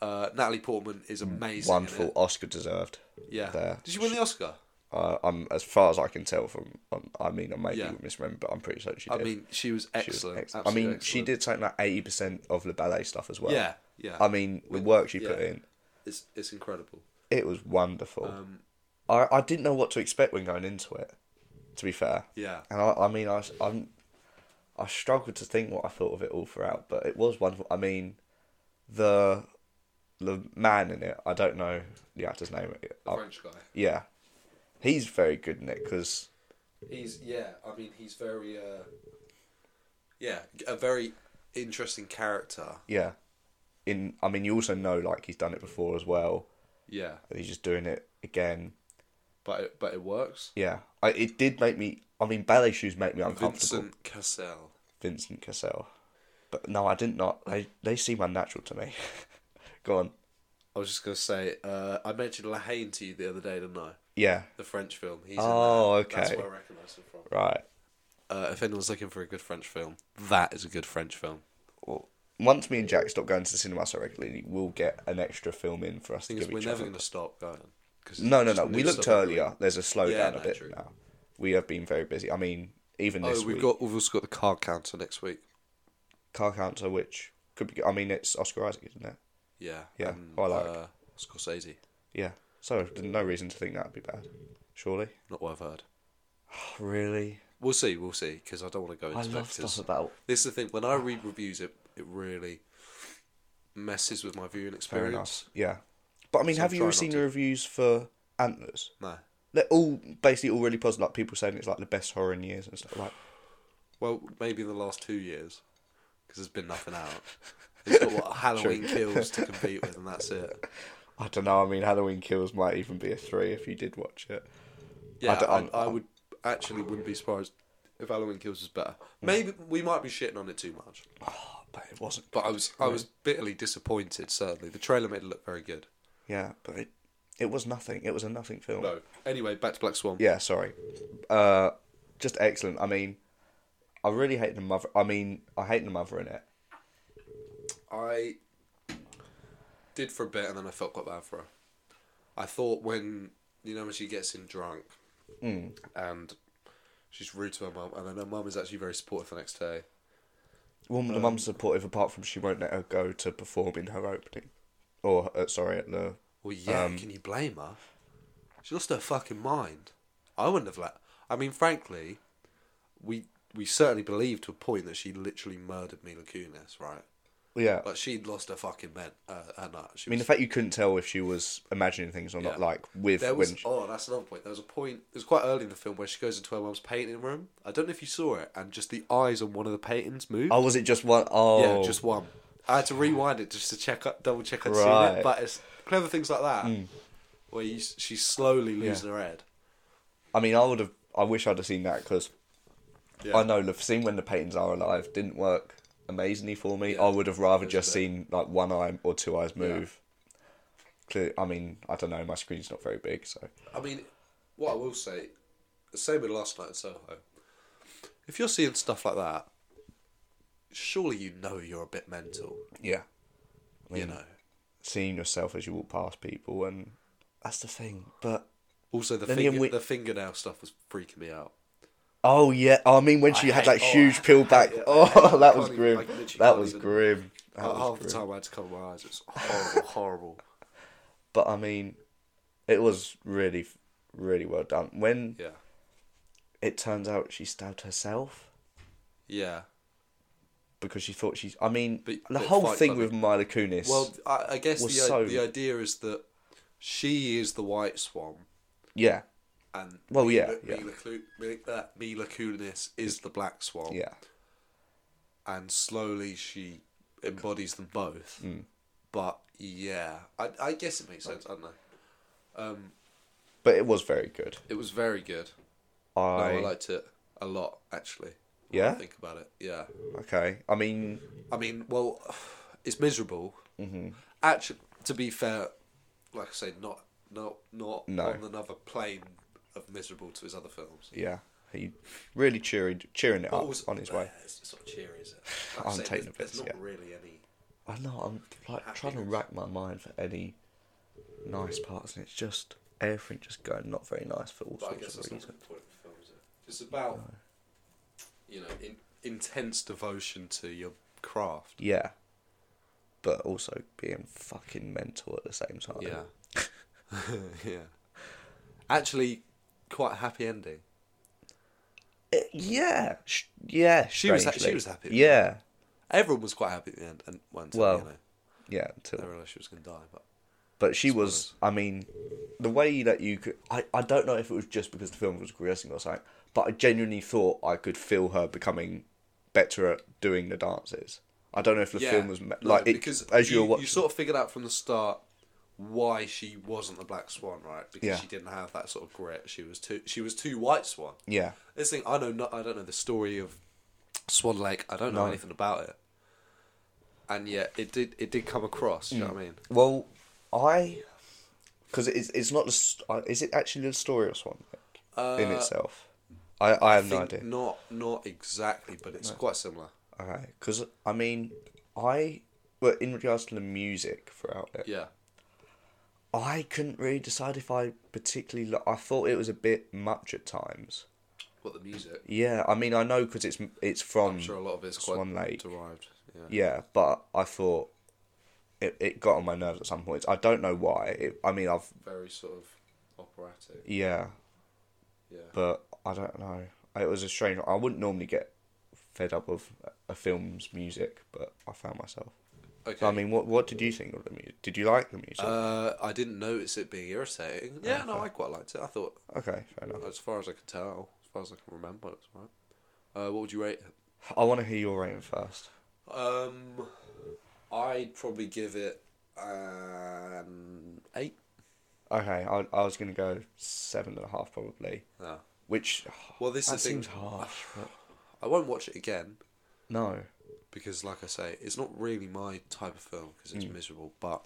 Uh, Natalie Portman is amazing. in
Mm, wonderful.
it.
Oscar deserved.
Yeah.
There.
Did you win the Oscar?
Uh, I'm as far as I can tell from. Um, I mean, I may
Yeah.
be misremembering, but I'm pretty certain she
I
did.
mean, she was
She was
excellent.
excellent. I
absolutely
mean, she
excellent.
did something like eighty percent of the ballet stuff as well.
Yeah, yeah.
I mean, the work she put
yeah.
in,
It's it's incredible.
it was wonderful. I I didn't know what to expect when going into it. To be fair.
Yeah.
And I, I mean, I I'm, I struggled to think what I thought of it all throughout, but it was wonderful. I mean, the the man in it, I don't know the actor's name.
The
I-
French guy.
yeah, he's very good in it because
He's yeah. I mean, he's very uh, yeah, a very interesting character.
yeah, in I mean, you also know like he's done it before as well.
Yeah,
and he's just doing it again.
but it, but it works.
Yeah, I, it did make me. I mean, ballet shoes make me uncomfortable. Vincent,
Vincent Cassell.
Cassell. But no, I did not. They they seem unnatural to me. Go on.
I was just gonna say, uh, I mentioned La Haine to you the other day, didn't I?
Yeah.
The French film. He's in
Oh,
there. That's
okay.
where I recognise him from.
Right.
Uh, if anyone's looking for a good French film, that is a good French film.
Well, once me and Jack stop going to the cinema so regularly, we'll get an extra film in for us to
Thing is,
give
we're
each
never
other.
going to stop going. 'cause
No, no,
it's
no.
new
We looked
stuff every
earlier.
week.
There's a slowdown
Yeah,
a
no,
bit
true.
now. We have been very busy. I mean, even
Oh,
this
we've
week,
got we've also got the card counter next week.
Car Counter, which could be. I mean, it's Oscar Isaac, isn't it?
Yeah,
Yeah,
and,
I like.
Uh, Scorsese.
Yeah. So there's no reason to think that'd be bad. Surely.
Not what I've heard.
Really.
We'll see, we'll see, because I don't want to go into
I
it,
love
'cause
stuff about.
This is the thing. When I read reviews, it it really messes with my viewing
Fair
experience.
enough. Yeah. But I mean,
So
have
try
you
not
seen
to.
the reviews for Antlers?
No.
They're all basically all really positive. Like people saying it's like the best horror in years and stuff. Like
Well, maybe in the last two years, because there's been nothing out. It's got what Halloween kills to compete with, and that's it.
I don't know. I mean, Halloween Kills might even be a three if you did watch it.
Yeah,
don't-
I,
I'm-
I
I'm-
would actually wouldn't be surprised if Halloween Kills was better.
Hmm.
Maybe we might be shitting on it too much,
Oh, but it wasn't.
but I was I
Hmm.
was bitterly disappointed. Certainly, the trailer made it look very good.
Yeah, but it, it was nothing. It was a nothing film.
No. Anyway, back to Black Swan.
Yeah, sorry. Uh, just excellent. I mean, I really hate the mother. I mean, I hate the mother in it.
I did for a bit, and then I felt quite bad for her. I thought when you know when she gets him drunk,
Mm.
and she's rude to her mum, and then her mum is actually very supportive the next day.
Well, the mum's supportive apart from she won't let her go to perform in her opening, or uh, sorry, at the.
Well, yeah,
Um,
can you blame her? She lost her fucking mind. I wouldn't have let. I mean, frankly, we we certainly believed to a point that she literally murdered Mila Kunis, right?
Yeah,
But she'd lost her fucking men, uh, her nut. She
I mean,
was
the fact you couldn't tell if she was imagining things or not,
Yeah.
like with
There was
when. she-
oh, that's another point. There was a point. It was quite early in the film where she goes into her mum's painting room. I don't know if you saw it, and just the eyes on one of the paintings move.
oh, was it just one oh
yeah, just one. I had to rewind it just to check up, double check I'd seen
Right. Hmm.
it. But it's clever things like that where you, she's slowly losing her head.
I mean, I would have. I wish I'd have seen that because
Yeah.
I know the scene when the Paytons are alive didn't work amazingly for me.
Yeah.
I would have rather
There's a
just
bit.
seen like one eye or two eyes move. Clear. I mean, I don't know. My screen's not very big, so
I mean, what I will say, the same with last night in Soho. If you're seeing stuff like that, surely you know you're a bit mental.
yeah.
you know.
Seeing yourself as you walk past people, and that's the thing. But
Also, the,
Then again,
finger,
we-
the fingernail stuff was freaking me out.
oh yeah, I mean when she
I
had
hate-
that
oh,
huge
I
peel back.
hate it. I
Oh, that
can't
was
even-
grim.
I literally
That
can't
was
even-
grim. That
Uh,
was
half the
grim.
time I had to cover my eyes. It was horrible, horrible.
But I mean, it was really, really well done. When
Yeah,
it turns out she stabbed herself.
yeah.
because she thought she's. I mean,
But-
the
but
whole
Fight
thing
Club-
with Mila Kunis.
Well, I, I guess the uh,
Was so-
the idea is that she is the white swan,
yeah,
and
Well,
Mila,
yeah, yeah.
Mila, Clu- Mila, uh, Mila Kunis is the black swan,
yeah,
and slowly she embodies them both.
Hmm.
But yeah, I, I guess it makes sense. I don't know. Um,
but it was very good.
it was very good.
I,
No, I liked it a lot, actually. when I
Yeah?
think about it. Yeah.
okay. I mean,
I mean, well, it's miserable. Mm-hmm. Actually, to be fair, like I say, not not not
No.
on another plane of miserable to his other films.
yeah, he really cheering cheering it
But
up
also-
on his way.
Uh, it's it's not cheery, is it? Like I
I'm
say,
taking
there's-
the piss,
There's not
yeah.
really any.
I know. I'm like trying to
Happiness.
rack my mind for any nice parts, and it's just everything just going not very nice for all
But I guess
sorts
that's not
of
the
reasons.
point of the film, is it? It's about you know in, intense devotion to your craft.
Yeah, but also being fucking mental at the same time.
Yeah. yeah. Actually, quite a happy ending.
Uh, yeah, sh- yeah.
She was ha-
strangely.
she was happy.
Yeah,
Everyone was quite happy at the end, and went to,
Well,
you know,
yeah. Until
they realised she was going to die, but.
But she
Spoilers.
was, I mean, the way that you could, I, I don't know if it was just because the film was progressing or something, but I genuinely thought I could feel her becoming better at doing the dances. I don't know if the film was me-
no,
like it,
because
as
you,
you were watching.
you sort of figured out from the start why she wasn't the black swan, right? Because
Yeah.
she didn't have that sort of grit. She was too she was too white swan.
yeah,
This thing I know not I don't know the story of Swan Lake. I don't know anything about it. and yet it did it did come across.
Mm.
You know what I mean?
Well, I because it's it's not the st- uh, is it actually the story of Swan Lake in itself? I I have no
Uh, Think
idea.
Not not exactly, but it's quite similar.
Alright, because I mean I well in regards to the music throughout it,
Yeah,
I couldn't really decide if I particularly li- I thought it was a bit much at times.
what the music.
Yeah, I mean I know because it's it's from
I'm sure a lot of it's quite
Swan Lake.
derived. Yeah.
Yeah, but I thought it, it got on my nerves at some points. I don't know why. It, I mean, I've
very sort of operatic.
yeah,
Yeah,
but I don't know. It was a strange. I wouldn't normally get fed up of a film's music, but I found myself.
okay.
So, I mean, what what did you think of the music? Did you like the music?
uh, I didn't notice it being irritating. Yeah, no, I quite liked it. I thought,
okay, fair enough.
as far as I could tell, as far as I can remember, it's all right. Uh, what would you rate it?
I want to hear your rating first.
Um, I'd probably give it an eight.
Okay, I, I was gonna go seven and a half probably,
No.
which
Well, this
that
is the thing.
seems harsh. but-
I won't watch it again
no,
because, like I say, it's not really my type of film because it's miserable. But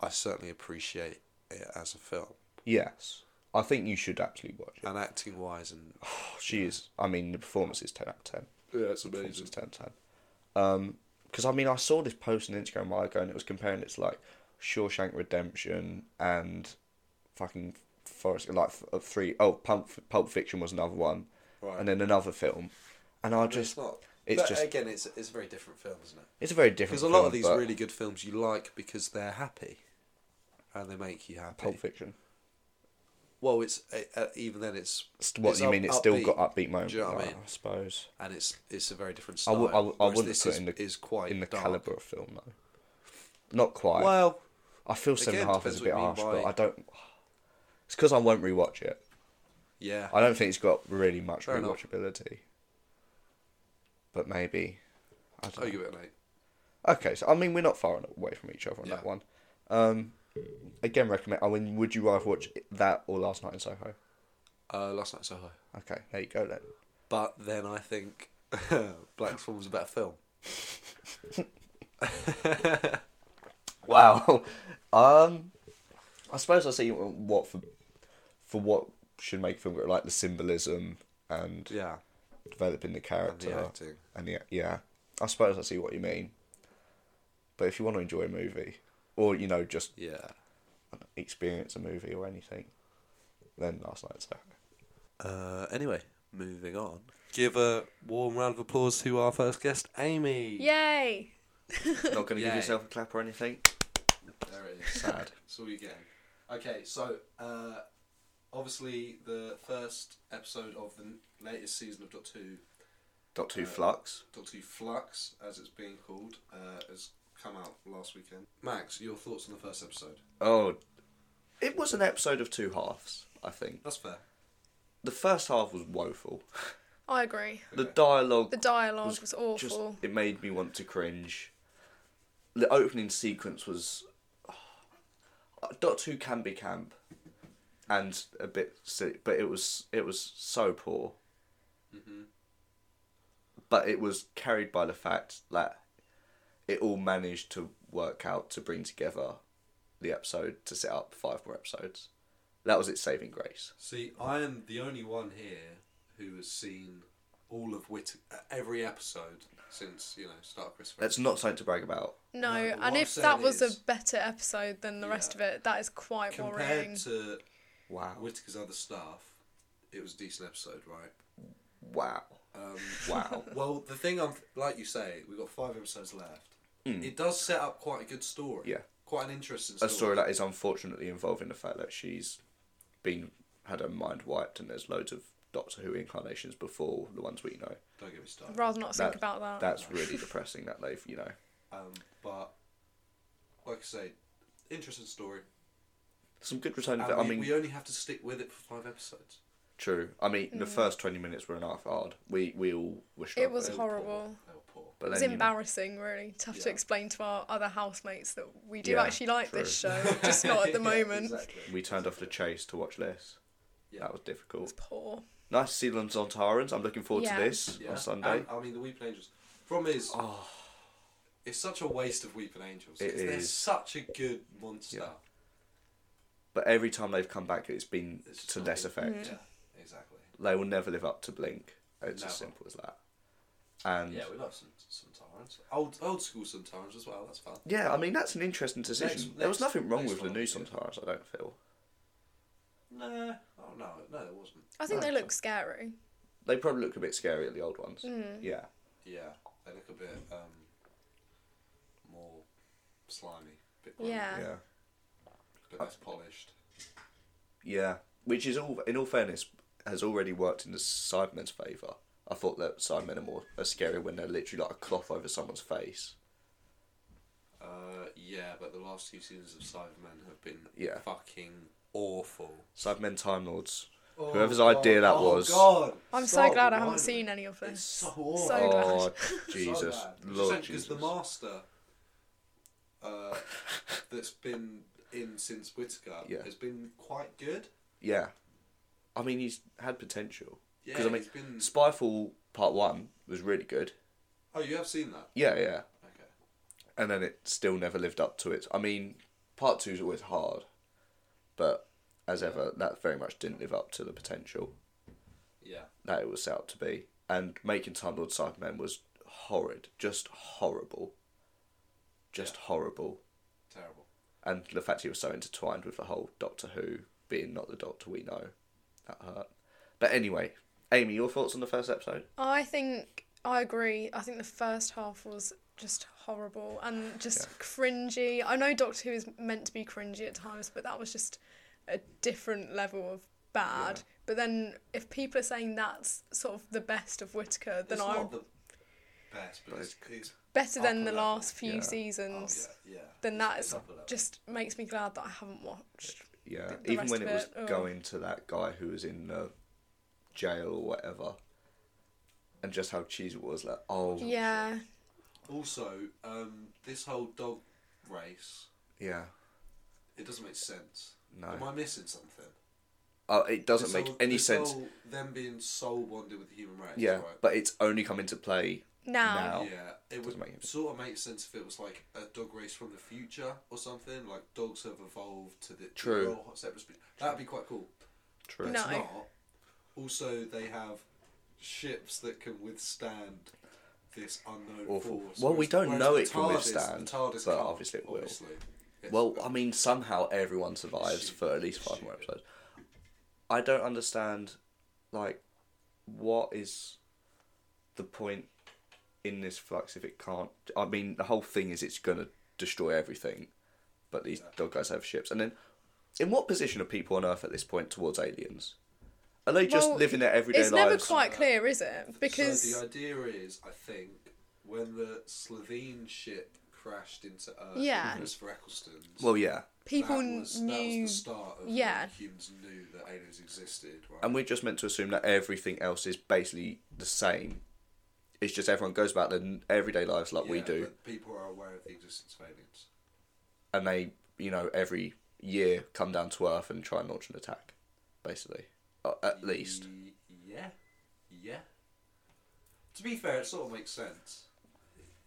I certainly appreciate it as a film
yes, I think you should actually watch it.
and acting wise, and
She is. I mean, the performance is ten out of ten.
yeah, it's
performance is 10 out of 10. Um, because I mean, I saw this post on Instagram a while ago, and it was comparing it to like Shawshank Redemption and fucking Forest, like uh, three. Oh, Pulp, Pulp Fiction was another one,
Right.
and then another film, and I just,
it's not.
it's
but
just-
again, it's it's a very different film, isn't it?
it's a very
Because
different.
a lot
film,
of these
but
really good films you like because they're happy, and they make you happy.
Pulp Fiction.
Well, it's uh, even then it's
St- What do you
up-
mean? It's still got
upbeat,
upbeat moments.
Do you know what I
like,
mean?
suppose
and it's it's a very different
I
style.
would. I, would- I
whereas
wouldn't
this
put
is,
it in the
is quite
in the
dark.
caliber of film though. Not quite.
Well,
I feel seven and a
again,
half is a bit
depends what
harsh,
you mean
but
by-
I don't. It's because I won't rewatch it.
yeah,
I don't think it's got really much
Fair enough.
rewatchability. But maybe. I
I'll
don't know.
give it an eight.
Okay, so I mean we're not far away from each other on
Yeah.
that one. Um, again, recommend. I mean, would you rather watch that or Last Night in Soho?
Uh, Last Night Soho,
Okay, there you go then.
but then I think Black Swan was a better film.
Wow. um, I suppose I see what for for what should make a film like the symbolism and
Yeah,
developing
Oh,
the character
acting.
and the yeah. I suppose I see what you mean. But if you want to enjoy a movie, or you know, just
yeah.
experience a movie or anything then Last Night so
Uh, anyway, moving on. Give a warm round of applause to our first guest, Amy.
Yay!
Not going
give Yay. yourself
a clap or anything.
There it is. Sad. That's all you get. Okay, so uh, obviously the first episode of the latest season of Doctor Who,
Doctor
Who
Who
Uh,
Flux.
Doctor Who Flux, as it's being called, uh, has come out last weekend. Max, your thoughts on the first episode?
Oh, it was an episode of two halves. I think
That's fair.
the first half was woeful.
I agree.
The dialogue
The dialogue
was,
was,
just
awful.
it made me want to cringe. The opening sequence was oh, Doctor Who can be camp, and a bit silly, but it was it was so poor. But it was carried by the fact that it all managed to work out to bring together the episode to set up five more episodes. That was its saving grace.
See, I am the only one here who has seen all of Whit uh, every episode since you know Star Christopher.
That's not something to brag about.
no,
No, but what
and
I'm
if that
saying
was
is-
a better episode than the rest of it, that is quite worrying.
compared to
Wow.
Whitaker's other staff. It was a decent episode, right?
Wow. wow.
Well, the thing I'm like you say, we've got five episodes left. It does set up quite a good story.
Hmm. Yeah.
Quite an interesting
a
story.
story that is unfortunately involving the fact that she's been had her mind wiped and there's loads of Doctor Who incarnations before the ones we know.
Don't get me started.
I'd rather not think
That-
about that.
That's really depressing that they've you know.
Um, but like I say, interesting story.
Some good return of
And
it. I
we,
mean
we only have to stick with it for five episodes.
true. I mean the first twenty minutes were an half hard. We we all were
Mm. it
struggling.
was
They were
horrible.
poor. They were poor.
but
It was
then, you know,
embarrassing, really, to have to
Yeah.
explain to our other housemates that we do
Yeah,
actually like this show, just not at the
Yeah,
moment.
exactly.
we turned off the chase to watch this.
Yeah.
That was difficult.
It's poor.
Nice to see them Zontarans. I'm looking forward
Yeah.
to this
Yeah.
on Sunday. Oh.
And, I mean, the Weeping Angels. Problem is, It's such a waste of Weeping Angels
It
because they're
is.
such a good monster.
Yeah. But every time they've come back, it's been
It's
to
not-
this
Mm.
effect.
Mm-hmm.
Yeah, exactly.
They will never live up to Blink. It's as
Never.
simple as that. And
Yeah, we love some some tyrants. Old old school some tyrants as well. That's fun.
Yeah, I mean that's an interesting decision.
Next-
there was
next-
nothing wrong
next
with the
one.
new sometimes. I don't feel
Nah. Oh no, no, there wasn't.
I think they
Right.
look scary.
they probably look a bit scary at the old ones.
Hmm.
Yeah,
Yeah, they look a bit um more slimy. Bit
Yeah.
yeah,
Bit less polished.
yeah. Which is all in all fairness has already worked in the Cybermen's favour. I thought that Cybermen are more are scary when they're literally like a cloth over someone's face.
Uh, yeah, but the last two seasons of Cybermen have been
Yeah.
fucking awful.
Cybermen Time Lords.
Oh
Whoever's idea that was.
Oh, God.
I'm Oh so glad I haven't seen any of
It's
this.
so awful.
So glad.
oh Jesus, Lord
Because
Jesus.
the master uh, that's been in since Whitaker
Yeah.
has been quite good.
yeah, I mean he's had potential. Because
Yeah,
I mean,
he's been-
Spyfall Part One was really good.
Oh, you have seen that?
Yeah, yeah.
Okay.
and then it still never lived up to it. I mean, part two's always hard, but as ever, that very much didn't live up to the potential
Yeah.
that it was set out to be. And making Time Lord Cybermen was horrid, just horrible, just horrible.
Terrible.
And the fact he was so intertwined with the whole Doctor Who being not the Doctor we know, that hurt. But anyway, Amy, your thoughts on the first episode?
I think I agree. I think the first half was just horrible and just cringy. I know Doctor Who is meant to be cringy at times, but that was just a different level of bad. But then if people are saying that's sort of the best of Whitaker, then
it's
I'm
not the best, but it's, it's
better than the
upper level.
last few
Yeah.
oh,
seasons.
yeah, yeah.
Then that
It's
is
upper level.
just makes me glad that I haven't watched.
Yeah,
the- the
even
rest
when it
of
was
it, oh.
going to that guy who was in uh, jail or whatever, and just how cheesy it was, like, oh, yeah,
Yeah,
Also, um, this whole dog race, it doesn't make sense.
No.
Am I missing something?
Oh, it doesn't
This
make
whole-
any
this
sense.
whole them being soul bonded with the human race.
yeah,
Right?
but it's only come into play
now.
Now.
yeah, it would
Doesn't make any
sort of make sense if it was like a dog race from the future or something. Like dogs have evolved to the
True.
the raw separate spe- That'd be quite cool.
True.
But
No.
it's not. Also, they have ships that can withstand this unknown
Awful.
force.
Well, we
whereas-
don't
whereas
know
the
it can
TARDIS-
withstand,
the TARDIS
but
can't,
obviously it will.
obviously. Yes,
Well,
but-
I mean, somehow everyone survives
Shoot.
for at least five more
Shoot.
episodes. I don't understand, like, what is the point in this flux if it can't? I mean, the whole thing is it's gonna destroy everything, but these dog guys have ships. And then, in what position are people on Earth at this point towards aliens? Are they just
Well,
living their everyday
it's
lives?
never quite clear, is it? Because
so the idea is, I think, when the Slovene ship crashed into Earth,
Yeah.
in Christopher Eccleston's,
Well, yeah,
people
that was, that was
knew.
the start of
yeah.
when humans knew that aliens existed, right?
and we're just meant to assume that everything else is basically the same. It's just everyone goes about their n- everyday lives like we
Yeah,
do.
but people are aware of the existence of aliens.
and they, you know, every year come down to Earth and try and launch an attack, basically. Uh, at least.
Y- Yeah, yeah. To be fair, it sort of makes sense.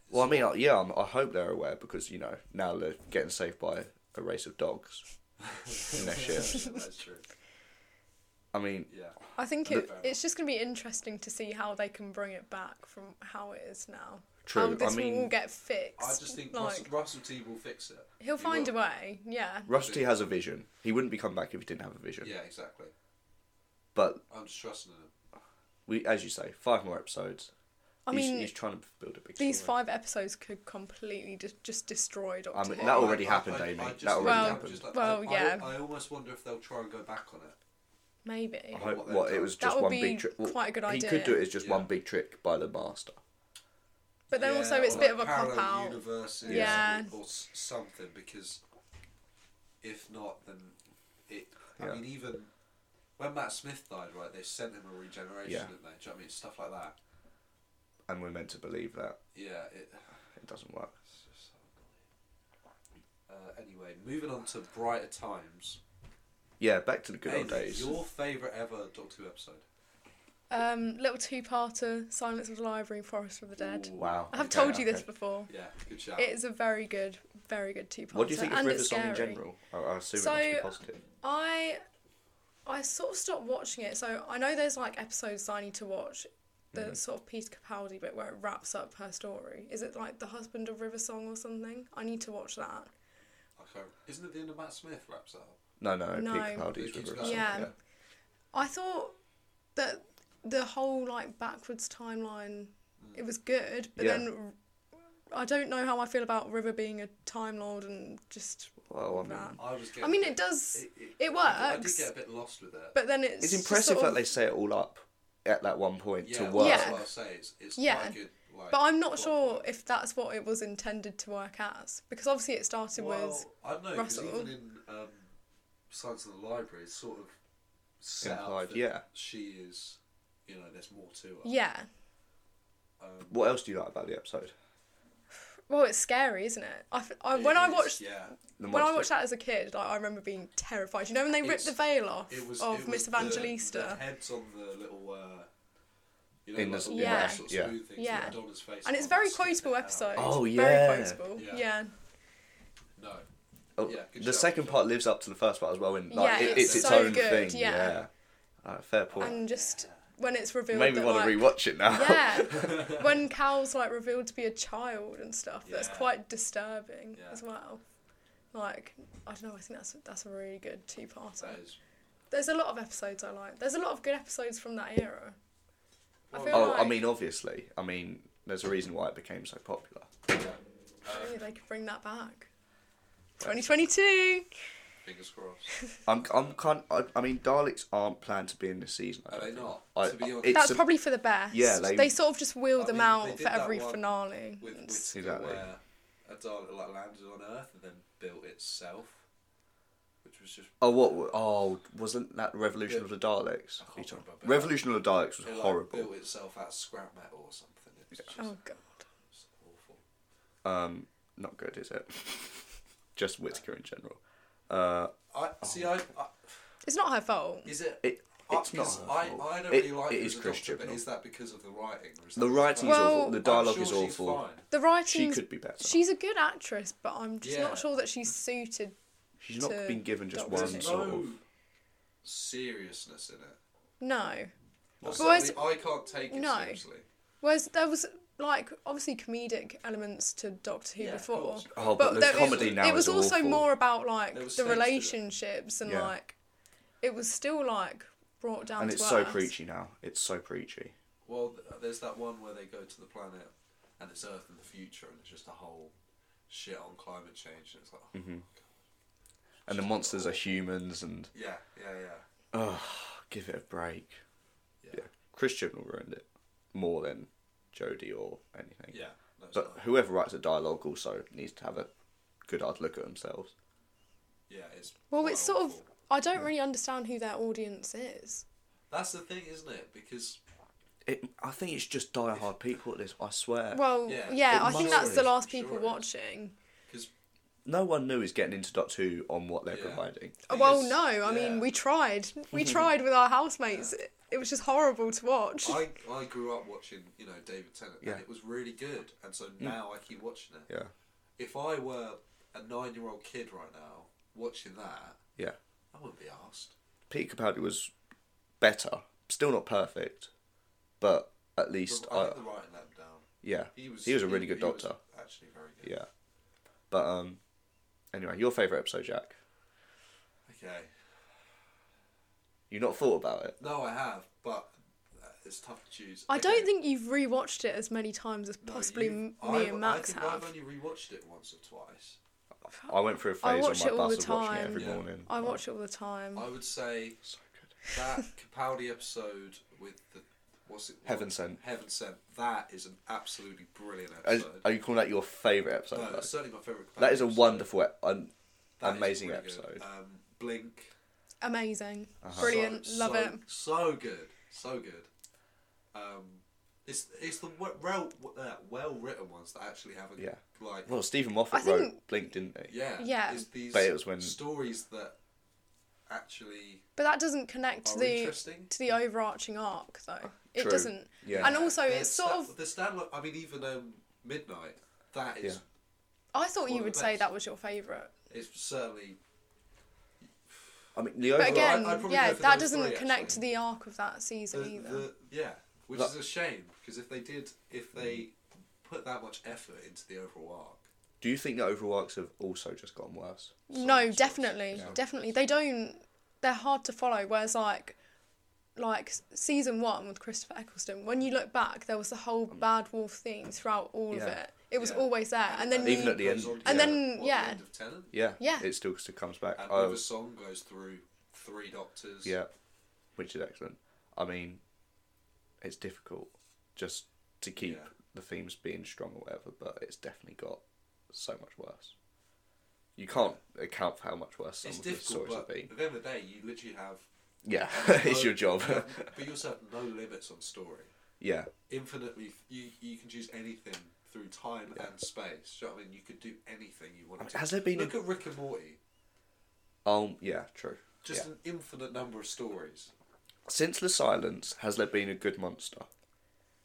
Well, I mean, I- yeah, I'm, I hope they're aware because, you know, now they're getting saved by a race of dogs in their ship.
That's true.
I mean,
Yeah,
I think it,
Fair enough.
it's just going to be interesting to see how they can bring it back from how it is now.
True,
How
I
this will
mean-
all get fixed.
I just think
like
Russell, Russell T will fix it.
he'll
He
find
will.
a way. Yeah.
Rusty has a vision. He wouldn't be coming back if he didn't have a vision.
Yeah, exactly.
But
I'm just trusting him.
we, as you say, five more episodes.
I
he's,
mean,
he's trying to build a big.
These
story.
five episodes could completely just just destroy Doctor
I mean,
Who.
that already
I-
happened,
I- I
Amy.
just
that
think-
already
Well-
happened.
just like-
well,
I-
yeah.
I, I almost wonder if they'll try and go back on it.
Maybe.
I hope
what
what,
they've
it
done.
was
That
just
would
one
be
big trick.
quite a good
He
idea.
could do it as just
Yeah.
one big trick by the master.
but then
Yeah,
also it's a
or
bit of a
like
cop
parallel
out.
universes
Yeah.
or, or s- something because if not, then it. I
Yeah.
mean, even when Matt Smith died, right? They sent him a regeneration,
Yeah.
didn't they? Do you know what I mean stuff like that?
And we're meant to believe that
Yeah. It,
it doesn't work.
it's just unbelievable. uh, anyway, moving on to brighter times.
Yeah, back to the good
Amy,
old days.
Your favorite ever Doctor Who episode?
um, little two-parter, Silence of the Library, Forest of the Dead.
Wow.
I have
okay,
told you
okay.
this before.
Yeah, good shout.
It is a very good, very good two-parter.
What do you think of
and
River
it's
Song in
scary.
general? I, I assume
So-
it must be positive.
I I sort of stopped watching it. So I know there's like episodes I need to watch. The
Mm-hmm.
sort of Peter Capaldi bit where it wraps up her story. Is it like the husband of River Song or something? I need to watch that.
Okay. Isn't it the end of Matt Smith wraps up?
No, no,
No.
Pete Capaldi's
It keeps
River
going.
Song.
Yeah.
yeah.
I thought that the whole like backwards timeline it was good, but
Yeah.
then I don't know how I feel about River being a time lord and just
Well, I mean,
that.
I was. Getting
I mean, it does,
It, it,
it
I did
works,
get a bit lost with it.
but then it's
It's
just
impressive
sort
that
of-
they set it all up at that one point
yeah,
to
well,
work.
Yeah.
That's what I say. It's, it's
Yeah.
quite a good. Like,
But I'm not
plot
sure
point.
if that's what it was intended to work as, because obviously it started with
well, I don't know. 'cause
Russell.
even in um, Science of the Library, it's sort of set
Implied,
up that
yeah.
she is. You know, there's more to her.
yeah.
What else do you like about the episode?
Well, it's scary, isn't it? I, f- I-
It
when I
is,
watched
yeah,
The
when I
monster-
watched that as a kid, like, I remember being terrified. You know when they ripped
It's-
the veil off
it was
of
it was
Miss
the-
Evangelista,
The heads on the little. Uh, you know,
In the-
like,
in
the- Yeah.
sort of
yeah.
smooth things with
Yeah.
Madonna's face
and it's
on,
very
that's sticking
quotable
out.
episode.
Oh, yeah.
very quotable.
Yeah.
yeah.
No,
Oh,
Yeah, good
the
shout,
second
good
part lives up to the first part as well. In like,
Yeah,
it- it's
it's
its
so
own
good,
thing.
yeah.
Yeah. Alright, fair point.
and just when it's revealed
Made me
that,
want
like,
to rewatch it now.
yeah when cal's like revealed to be a child and stuff that's
Yeah.
quite disturbing
Yeah.
as well like i don't know i think that's that's a really good two-parter
that is.
there's a lot of episodes i like there's a lot of good episodes from that era i
Well,
feel
oh,
like
I mean, obviously. I mean, there's a reason why it became so popular.
Yeah.
maybe they could bring that back 2022
Fingers crossed.
I'm, I'm kind. I, I mean, Daleks aren't planned to be in this season. I
Are
don't
they
think.
not?
I-
To be
I-
honest-
it's
that's
a-
probably for the best
Yeah, they-
sort of just wheel
I
them
mean, they
out
did
for
that
every
one
finale
With,
and
with
s-
Skill,
Exactly.
where a Dalek like landed on Earth and then built itself, which was just
Oh what? w- Oh, wasn't that Revolution of the Daleks?
I can't remember, but-
Revolution of the Daleks was
it, like,
horrible.
Built itself out of scrap metal or something. It was just
oh god
awful.
Um, not good, is it? Just Whitaker in general. Uh,
I see. I, I
it's not her fault
is it.
it
I-
it's not.
'cause
her
Uh, I,
fault.
I don't
It-
really like
it
it as
is
a doctor, but
Christianal.
is that because of the writing? Or is that
The
because-
writing's
Well-
awful. The
I'm
dialogue
I'm
is
sure she's
awful.
fine.
the
She
writing
could be better.
She's a good actress, but I'm just
Yeah.
not sure that she's suited.
She's not
to
been given just
Doctor
one
Who.
There's
sort
no
of.
seriousness in it.
No.
Well,
whereas-
certainly I can't take it
no.
seriously.
Whereas there was like obviously comedic elements to Doctor Who
Yeah, of
before.
course.
Oh, but the
there-
comedy
it,
now
It was
is
also
awful.
more about like
There was
the
sense to it.
relationships and
Yeah.
like it was still like brought down
And
to
it's so
earth.
preachy now. It's so preachy.
Well, th- uh, there's that one where they go to the planet and it's Earth in the future and it's just a whole shit on climate change and it's like, oh,
Mm-hmm.
God.
And the monsters are humans, and
yeah, yeah, yeah.
oh, give it a break.
Yeah.
Yeah, Christian will ruined it more than Jodie or anything.
Yeah, no, it's
But
not.
whoever writes the dialogue also needs to have a good hard look at themselves.
yeah, it's
Well,
quite
it's sort of
awful.
I don't really understand who their audience is.
that's the thing, isn't it? Because
It, I think it's just die-hard people at this. I swear.
Well,
Uh, Yeah.
yeah,
It
I think
must
that's
be.
the last
Sure
people
is.
watching.
cause
no one new is getting into Doctor Who on what they're
Yeah.
providing.
Oh,
thing
well,
is-
no, I
yeah.
mean we tried. We tried with our housemates. It, it was just horrible to watch.
I I grew up watching you know David Tennant
Yeah. Mm.
and it was really good, and so now I keep watching it.
Yeah,
If I were a nine year old kid right now watching that,
yeah.
I wouldn't be asked.
Peter Capaldi was better. Still not perfect, but at least
I
I,
think the writing let him down.
yeah,
He was
uh, a really good
he was
Doctor.
actually, very good.
Yeah, but um, anyway, your favorite episode, Jack?
Okay.
You not thought about it?
No, I have, but uh, it's tough to choose.
I
Okay.
don't think you've rewatched it as many times as
No,
possibly
you've-
m me
I've-
and Max
I think
have.
I've only rewatched it once or twice.
I went through a
I
phase on
watch
my
it all
bus
the
of watching it
time.
every
Yeah.
morning.
I watch it all the time.
I would say
So good.
that Capaldi episode with the what's it?
Heaven Sent.
Heaven Sent. That is an absolutely brilliant
Are,
episode.
are you calling that your favourite episode?
no,
though?
it's certainly my favorite. Capaldi
that is a
episode.
wonderful, e- an
That is
amazing
really good.
episode.
Um, Blink.
Amazing,
Uh-huh.
Uh-huh.
brilliant,
So-
love
so-
it.
So good, so good. Um, it's it's the we- well uh, well written ones that actually have a
Yeah.
like
well, Stephen Moffat
I think-
wrote Blink, didn't he?
yeah
Yeah.
It's these
But it was when-
stories that actually
But that doesn't connect to
Are
the
Oh, interesting. Oh,
to the overarching arc though. It
True.
doesn't.
Yeah.
And also,
Their
it's sort
sta-
of.
the stand. I mean, even um, midnight. That is
I thought
one
you
of
would
the
say
best.
that was your favourite.
is certainly
I mean, the
But
overall,
again,
I'd probably
yeah,
go for
that
those
doesn't
three,
connect
actually.
to the arc of that
the,
season either.
the yeah, which
Look-
is a shame because if they did, if they
Mm.
put that much effort into the overall
do you think the overall arcs have also just gotten worse?
sorts,
no,
sorts,
definitely,
yeah.
definitely. They don't. They're hard to follow. Whereas like, like season one with Christopher Eccleston, when you look back, there was the whole bad wolf theme throughout all of
Yeah.
it. It was
Um, Yeah.
always there,
arc,
and then
Even
you,
at the end,
goes on to
and
the-
then,
what, the
yeah.
end of Tenet?
Yeah,
Yeah.
it still still comes back.
and
Oh,
River Song goes through three doctors.
yeah, which is excellent. I mean, it's difficult just to keep
Yeah.
the themes being strong or whatever, but it's definitely got so much worse. You can't account for how much worse some
it's
of the
difficult,
stories have
but
been.
at the end of the day, you literally have.
Yeah, it's
no-
your job.
you have- but you also have no limits on story.
yeah,
Infinitely, you you can choose anything through time and space. Do you know what I mean? You could do anything you
I mean,
wanted. to.
has there been a-
look at Rick and Morty?
um, yeah, true.
Just
Yeah.
an infinite number of stories.
Since the silence, has there been a good monster?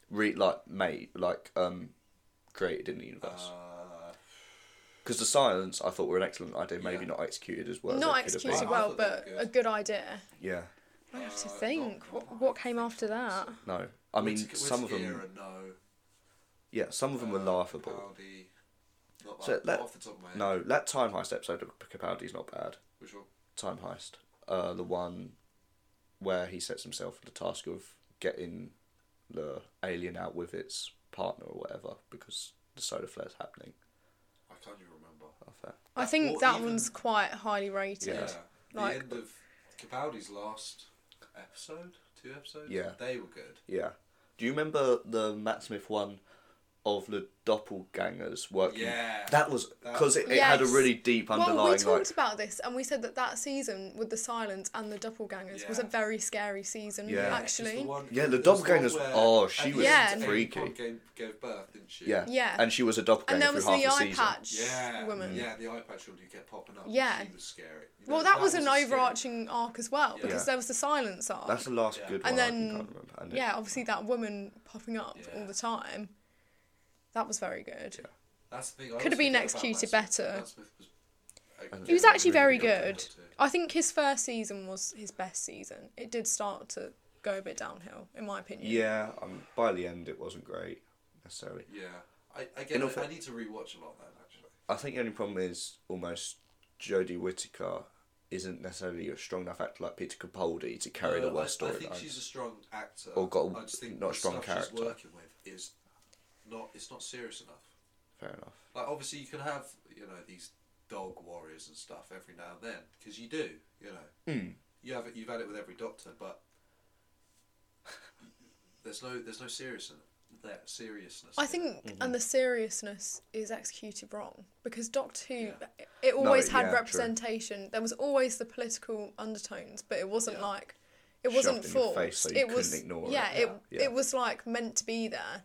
Re like made like um created in the universe
Uh,
because the silence I thought were an excellent idea, maybe
Yeah.
not executed as well. as
not
it could have been. Oh,
executed
been. I
well,
thought they were
but
good.
a good idea.
Yeah,
I have to
Uh,
think.
not-
What, what came after that?
no, I mean
Whittaker-
some of them.
Whittaker, no.
Yeah, some of them were
Uh,
laughable.
Capaldi, Not,
So
that,
that-
not off the top of my head.
No, that time heist episode of Capaldi's not bad.
Which one?
Time heist, uh, the one where he sets himself the task of getting the alien out with its partner or whatever because the solar flare's happening.
I can't even remember.
Oh, fair.
I
That-
think
or
that
even-
one's quite highly rated.
Yeah.
The
Like-
end of Capaldi's last episode, two episodes.
Yeah.
They were good.
Yeah. Do you remember the Matt Smith one of the doppelgangers working?
Yeah.
That was
That-
because it, it had a
Yes.
really deep underlying
Well, we
like
talked about this, and we said that that season with the silence and the doppelgangers was a
Yeah.
very scary season.
Yeah.
It's
Actually,
the one-
Yeah, the
there's one
doppelgangers-
where
oh, she
at the
was
end,
freaky.
Amy Pond Gave, gave birth, didn't she?
yeah.
Yeah.
And she was a doppelganger
and there was the
through half
eye
season.
patch
Yeah.
woman.
Yeah, the eye patch woman who kept popping up.
Yeah.
She was scary. You know,
Well, that, was, an
a scary-
overarching arc as well because
Yeah.
there was the silence arc.
That's the last
Yeah.
good one.
And
I
then-
can't remember. And it-
yeah, obviously that woman popping up
Yeah.
all the time. That was very good.
That's the thing. I always
Could have
forget
been
about
executed
Matt Smith.
better.
Matt Smith was-
And
He was
Yeah,
actually
really
very
good.
good. I think his first season was his best season. It did start to go a bit downhill, in my opinion.
Yeah, um, by the end it wasn't great necessarily.
Yeah, I, I
In
get.
all
it.
fair-
I need to rewatch a lot of that actually.
I think the only problem is almost Jodie Whittaker isn't necessarily a strong enough actor like Peter Capaldi to carry
No,
the
Uh, I-
worst
I think she's
storyline.
a strong actor.
Or got a-
I just think
not a
the
strong
stuff
character.
She's working with is not. It's not serious enough.
Fair enough.
Like obviously you can have you know these dog warriors and stuff every now and then because you do you know
Hmm.
you have it you've had it with every doctor but there's no there's no seriousness that seriousness
I
in it.
think,
Mm-hmm.
and the seriousness is executed wrong because Doctor Who,
Yeah.
it always had
yeah, true.
representation. There was always the political undertones, but it wasn't
Yeah.
like it wasn't
in your
forced.
face so you
it
couldn't
was
ignore it.
yeah, it
Yeah.
it was like meant to be there.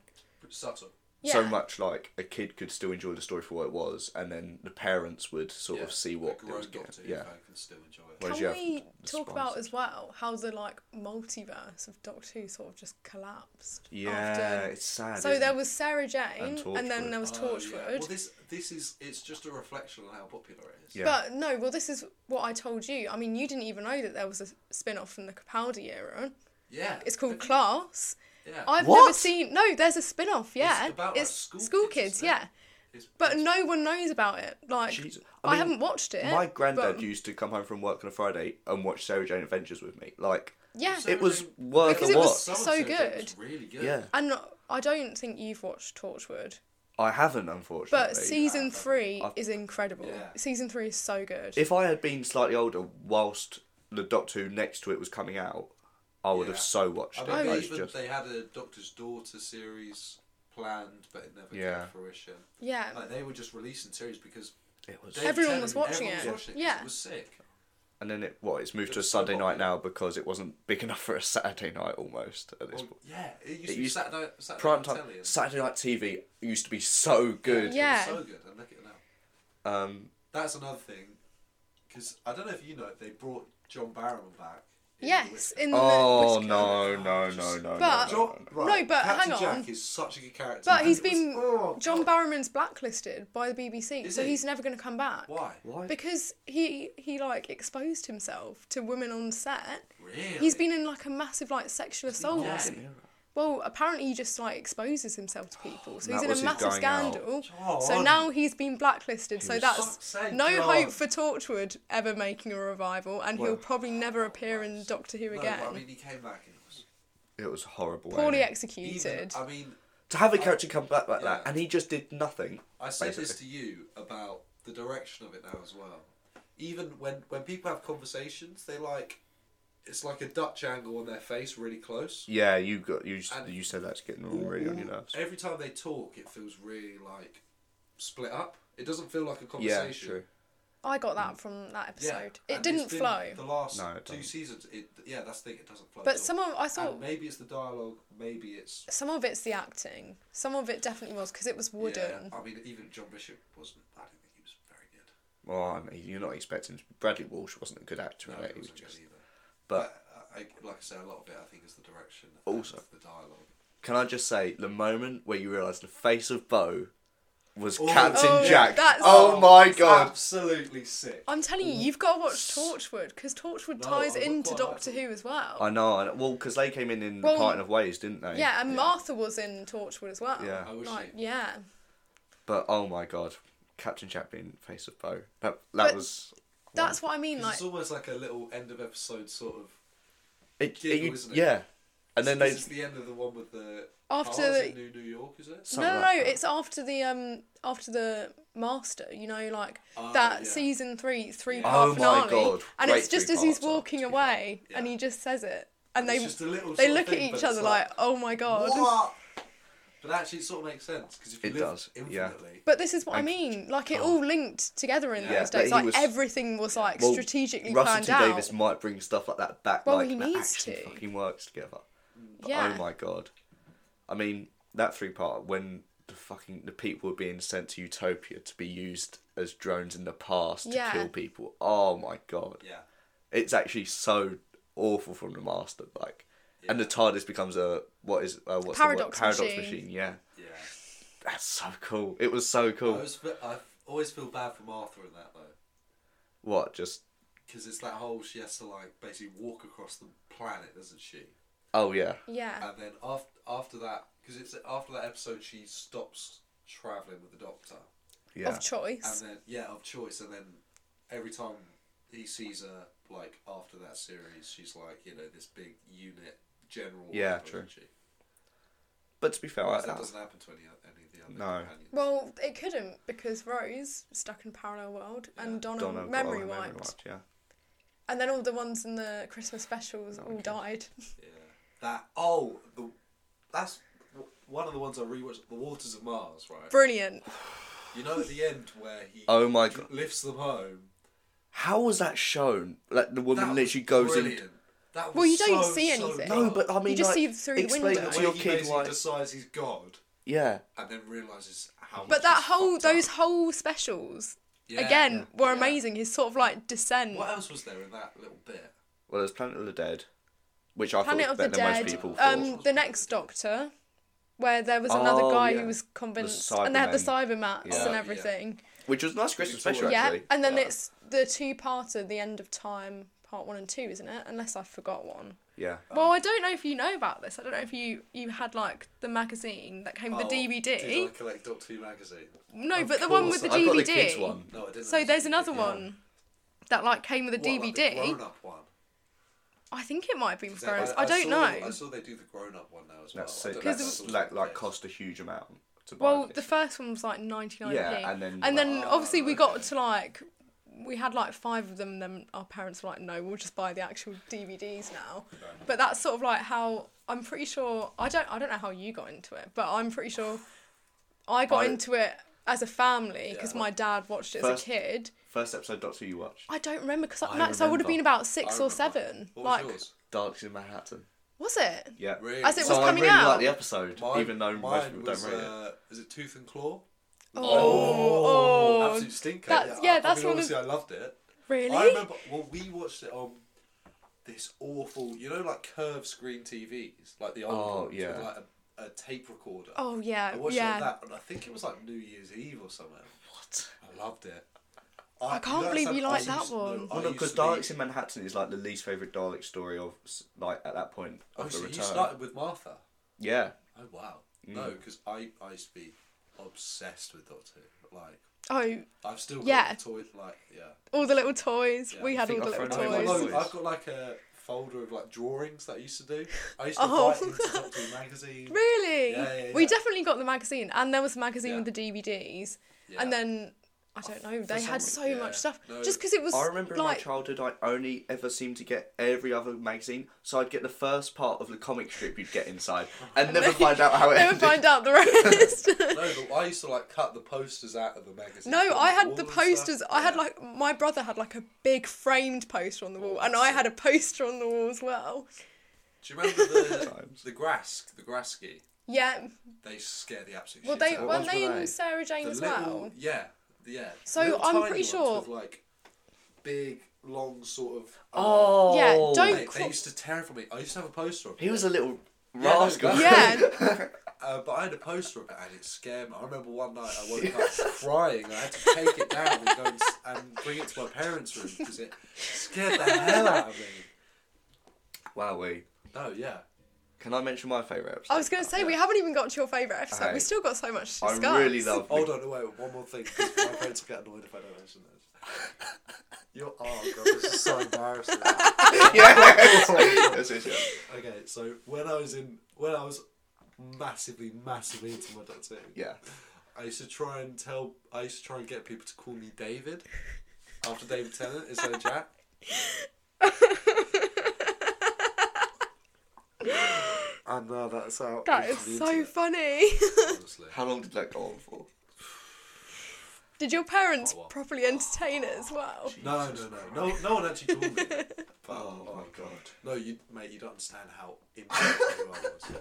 subtle
Yeah,
So much like a kid could still enjoy the story for what it was, and then the parents would sort
yeah.
of see what
a
it was
grown
getting.
doctor who
Yeah,
fan can still enjoy it
Whereas
Can
you have
we
the spice.
talk about as well how the like multiverse of Doctor Who sort of just collapsed?
yeah,
After...
it's sad.
So
isn't
there
it?
was Sarah Jane, and,
And
then
Torchwood.
there was
Oh,
Torchwood.
yeah. Well, this this is it's just a reflection on how popular it is.
Yeah.
But no, well, this is what I told you. I mean, you didn't even know that there was a spin off from the Capaldi era.
Yeah.
It's called Class.
Yeah.
I've
What?
never seen. No, there's a spin off, yeah.
about, like, school kids, isn't it?
yeah.
It's-
But
it's-
no one knows about it. Like,
Jeez.
I,
I mean,
haven't watched it.
My granddad
eh, but-
used to come home from work on a Friday and watch Sarah Jane Adventures with me. Like,
Yeah.
it was
Sarah Jane-
worth
Because
a
it
watch.
was-
Some of
so
Sarah Jane was
good.
really good.
Yeah,
And I don't think you've watched Torchwood,
I haven't, unfortunately.
but season
haven't.
three
I've-
is incredible.
Yeah.
Season three is so good.
If I had been slightly older whilst the Doctor Who next to it was coming out, I would
Yeah.
have so watched
I
Oh,
it.
mean,
Like,
they
it's
even
just-
they had a Doctor's Daughter series planned, but it never
Yeah.
came to fruition.
yeah.
Like they were just releasing series because
it was.
Dave
Everyone
Tennant-
was watching
everyone
it.
Was watching 'cause
Yeah.
It was sick.
And then it what? It's moved to a
It's so
Sunday night
popular.
now because it wasn't big enough for a Saturday night almost at this
Well,
point.
yeah. It used
It
to be
used-
Saturday, Saturday
Prime
night
time
telly and-
Saturday night TV used to be so good.
Yeah.
It was so good. And look at it now.
Um,
That's another thing, because I don't know if you know, they brought John Barrowman back
Yes, in the
Oh
Whitaker.
no, no, no, no.
But-
no, no,
Jo-
no.
right,
No, but
Captain
hang on.
Jack is such a good character.
But he's
It was-
been
oh,
John Barrowman's blacklisted by the BBC,
Is
so
he?
he's never going to come back.
Why?
Why?
Because he he like exposed himself to women on set.
Really?
He's been in like a massive like sexual assault.
Yeah.
Well, apparently he just like exposes himself to people, so
That
he's in
was
a
his
massive
going out.
scandal.
John.
So now he's been blacklisted. So
Fuck's
that's
sake,
no
John.
hope for Torchwood ever making a revival, and
Well- oh,
he'll probably never appear in Doctor Who
No,
again.
but I mean, he came back and it was
It was horrible.
Poorly
anyway.
executed.
even, I mean,
to have a character come back like that,
Yeah.
and he just did nothing.
I said this to
basically.
you about the direction of it now as well. Even when when people have conversations, they like it's like a Dutch angle on their face, really close.
Yeah, you got you.
And- Mm-hmm.
You said that's getting really on your nerves.
Every time they talk, it feels really like split up. It doesn't feel like a conversation.
true.
I got that from that
Mm. Yeah,
episode. It
and it's
didn't
been
flow.
The last
No, it
2
doesn't.
seasons, it yeah, that's the thing. It doesn't flow.
But
at all.
some of I
And
thought
maybe it's the dialogue. Maybe it's
some of it's the acting. Some of it definitely was because it was wooden.
Yeah, I mean, even John Bishop wasn't. I don't think he was very good.
Well, I mean, you're not expecting Bradley Walsh wasn't a good actor.
No,
in it.
he
He was
wasn't
just-
good either.
But
I, I, like I said, a lot of it I think is the direction. and
Also-
the dialogue.
can I just say the moment where you realise the face of Bo was
Oh.
Captain
Oh,
Jack?
that's-
oh my
It's
god!
Absolutely sick.
I'm telling you, you've got to watch Torchwood because Torchwood
Mm. No,
ties
I would
into
quite
Doctor
like it.
Who as well.
I know. I know. Well, because they came in in
Well,
parting of ways, didn't they?
yeah, uh, and Martha was in Torchwood as well.
Yeah.
Oh, was
like,
she?
yeah.
But oh my god, Captain Jack being face of Bo. That that
But
was.
That's what I mean. Like,
it's almost like a little end of episode sort of.
It,
giggle,
you-
isn't it?
yeah, and then they
this is the end of the one with the
After
cars
the-
in New New York, is it?
no,
something
no,
like
no.
that.
It's after the um after the Master. You know, like
Ah,
that
yeah.
season three three
Yeah.
part
Oh my
finale,
God,
and
great
it's just
three
as he's
parter,
walking
to be
away,
fair.
and
Yeah.
he just says it, and
It's
they
just a little
they
sort of
look at
thing, but it's
each other like, oh my god.
What? But actually, it sort of makes sense because if you
It
live
does, yeah.
infinitely,
But this is what I
And-
mean. Like it all linked together in
Yeah,
those
Oh. but
days.
he
Like
was-
everything was like
Well,
strategically
Russell
planned
T
out.
Davis might bring stuff like that back.
Well,
like,
he
that
needs
actually
to.
Fucking works together. But
Yeah.
oh my god, I mean that three part when the fucking the people were being sent to Utopia to be used as drones in the past to
Yeah.
kill people. Oh my god,
yeah,
it's actually so awful from the master. Like, and the
Yeah.
TARDIS becomes a what is uh, what's the word?
Paradox
paradox
machine.
machine. Yeah,
yeah.
that's so cool. It was so
I,
cool.
always, fe- I always feel bad for Martha in that though.
What just?
Because it's that whole she has to like basically walk across the planet, doesn't she?
Oh yeah,
yeah.
And then after after that, because it's after that episode, she stops traveling with the Doctor,
yeah.
Of
and
choice.
then yeah, of choice. And then every time he sees her, like after that series, she's like you know this big unit general.
Yeah,
whatever,
true.
isn't she?
but to be fair,
Because
like
that
that,
doesn't happen to any, o- any of the other
No.
companions.
Well, it couldn't because Rose stuck in parallel world and Donna,
Donna got
memory
her
wiped.
yeah.
And then all the ones in the Christmas specials all died.
Yeah. That oh the that's w- one of the ones I rewatched. The Waters of Mars, right?
Brilliant.
You know at the end where he
Oh my God.
lifts them home.
How was that shown? Like the woman
That was
literally goes in.
brilliant. That was
Well, you don't
so,
see
so
anything.
dark.
No, but I mean,
You just
like,
see through the
explain
window.
it
When
to your
he
kid,
basically
why?
decides he's God
Yeah,
and then realizes how. much
But that
he's
whole
fucked up.
those whole specials
Yeah.
again were
Yeah.
amazing. His sort of like descent.
What else was there in that little bit?
well, there's Planet of the Dead, which I
Planet
thought was
of the
better than most
Dead,
people thought.
um, the next Doctor, where there was another
Oh,
guy
yeah.
who was convinced,
The
and they had the
Cybermen.
cybermats
Yeah.
and
Yeah.
everything.
which was a nice Christmas
Victoria.
special,
Yeah,
actually.
and then
Yeah.
it's the two-parter, the end of time, part one and two, isn't it? Unless I forgot one.
yeah.
Well, I don't know if you know about this. I don't know if you you had like the magazine that came with
Oh,
the DVD.
Did I collect Doctor Who magazine?
No,
Of
but the one
course,
with the
I
DVD.
got the kids one.
No, I didn't.
So there's another
Yeah.
one that like came with a
What, like the
DVD.
grown-up one?
I think it might be with
Is that-
grown I, don't
saw-
know.
I saw they do the grown-up one now as well.
That's
I
sick.
don't know
Oh, That's
if
like, like
this.
cost a huge amount to buy.
Well,
this.
the first one was like 99p.
Yeah, and then-
and then
Oh,
obviously we got
okay.
to like we had like five of them. Then our parents were like, "No, we'll just buy the actual DVDs now." But that's sort of like how I'm pretty sure I don't I don't know how you got into it, but I'm pretty sure I got
I-
into it as a family because
Yeah.
my dad watched it
First-
as a kid.
first episode Doctor Who you watched,
I don't remember because I,
I
no, so I would have been
remember.
about
I
six or
remember.
seven.
What was
like,
yours?
Darks in Manhattan.
was it?
Yeah,
Really?
As it
so
was coming
I really
out.
like the episode,
Mine-
even though most
mine
people
was,
don't rate it.
uh, Is it Tooth and Claw?
Oh, oh,
Absolute stinker.
that's-
I-
yeah, that's
I mean,
one of-
obviously I loved it.
really?
I remember. Well, we watched it on. this awful, you know, like curved screen TVs, like the old
Oh,
ones
yeah.
with like a, a tape recorder.
Oh yeah,
I watched it on
yeah.
that, and I think it was like New Year's Eve or something. What? I loved it.
I can't
don't
believe
understand-
you
I
like that
used to- no,
one.
I
Well, no,
used
because
to be-
Daleks in Manhattan is like the least favorite Dalek story of s- like at that point of
Oh,
the
so you
return.
started with Martha.
Yeah,
Oh wow.
Mm.
No, because I, I used to be obsessed with Doctor Who. Like
Oh,
I've still got
Yeah.
the toy. Like yeah.
all the little toys.
Yeah,
we
I
had all
think
the
I've
little
thrown away
toys.
my
I've
toys.
got, I've got like "Oh, a folder of like drawings that I used to do. I used to
Oh.
buy into Doctor Who magazine.
Really?
Yeah, yeah,
We
yeah.
definitely got the magazine, and there was the magazine
Yeah.
with the DVDs,
Yeah.
and then I don't know. They had
some
so
reason- yeah,
much stuff.
no.
Just because it was
I remember in my
like
childhood, I only ever seemed to get every other magazine, so I'd get the first part of the comic strip you'd get inside, and never find out how it
never
ended.
find out the rest.
No, but I used to like cut the posters out of the magazine.
No,
put
I
on
had
wall
the
and stuff.
posters. I had
Yeah.
like my brother had like a big framed poster on the wall, and I had a poster on the wall as well.
Do you remember the
Times.
the Grask, the Grasky?
Yeah.
They scare the absolute
Well,
shit
they
out of
what
weren't
ones
they
were
in
they?
Sarah Jane
The
as
little-
well.
Yeah, yeah.
So
Little
I'm
tiny
pretty
ones
sure-
with, like big, long sort of.
Oh,
Yeah, don't-
Mate, they used to terrify me. I used to have a poster of it,
He was a little
no,
rascal.
no.
Yeah.
uh, but I had a poster of it, and it scared me. I remember one night I woke up crying. I had to take it down and go and, s- and bring it to my parents' room because it scared the hell out of me.
Wowee.
No, yeah.
Can I mention my favourite episode?
I was going to say we haven't even got to your favourite episode.
Hey.
We've still got so much to
I
discuss.
really love.
Hold on, no, wait, one more thing. 'cause My parents will get annoyed if I don't mention this. You're, oh god, this is so embarrassing.
Yes! Yes, yes, yes.
Okay, so when I was in, when I was massively, massively into my Doctor Who,
Yeah.
I used to try and tell, I used to try and get people to call me David after David Tennant instead of Jack. And now that's how.
That is
into
so
it,
funny.
honestly.
How long did that go on for?
Did your parents
Oh, well.
properly entertain it as
Oh,
well?
No, no, no, no, no one actually called me. that. But,
Oh, my god.
No, you mate, you don't understand how impressive I was.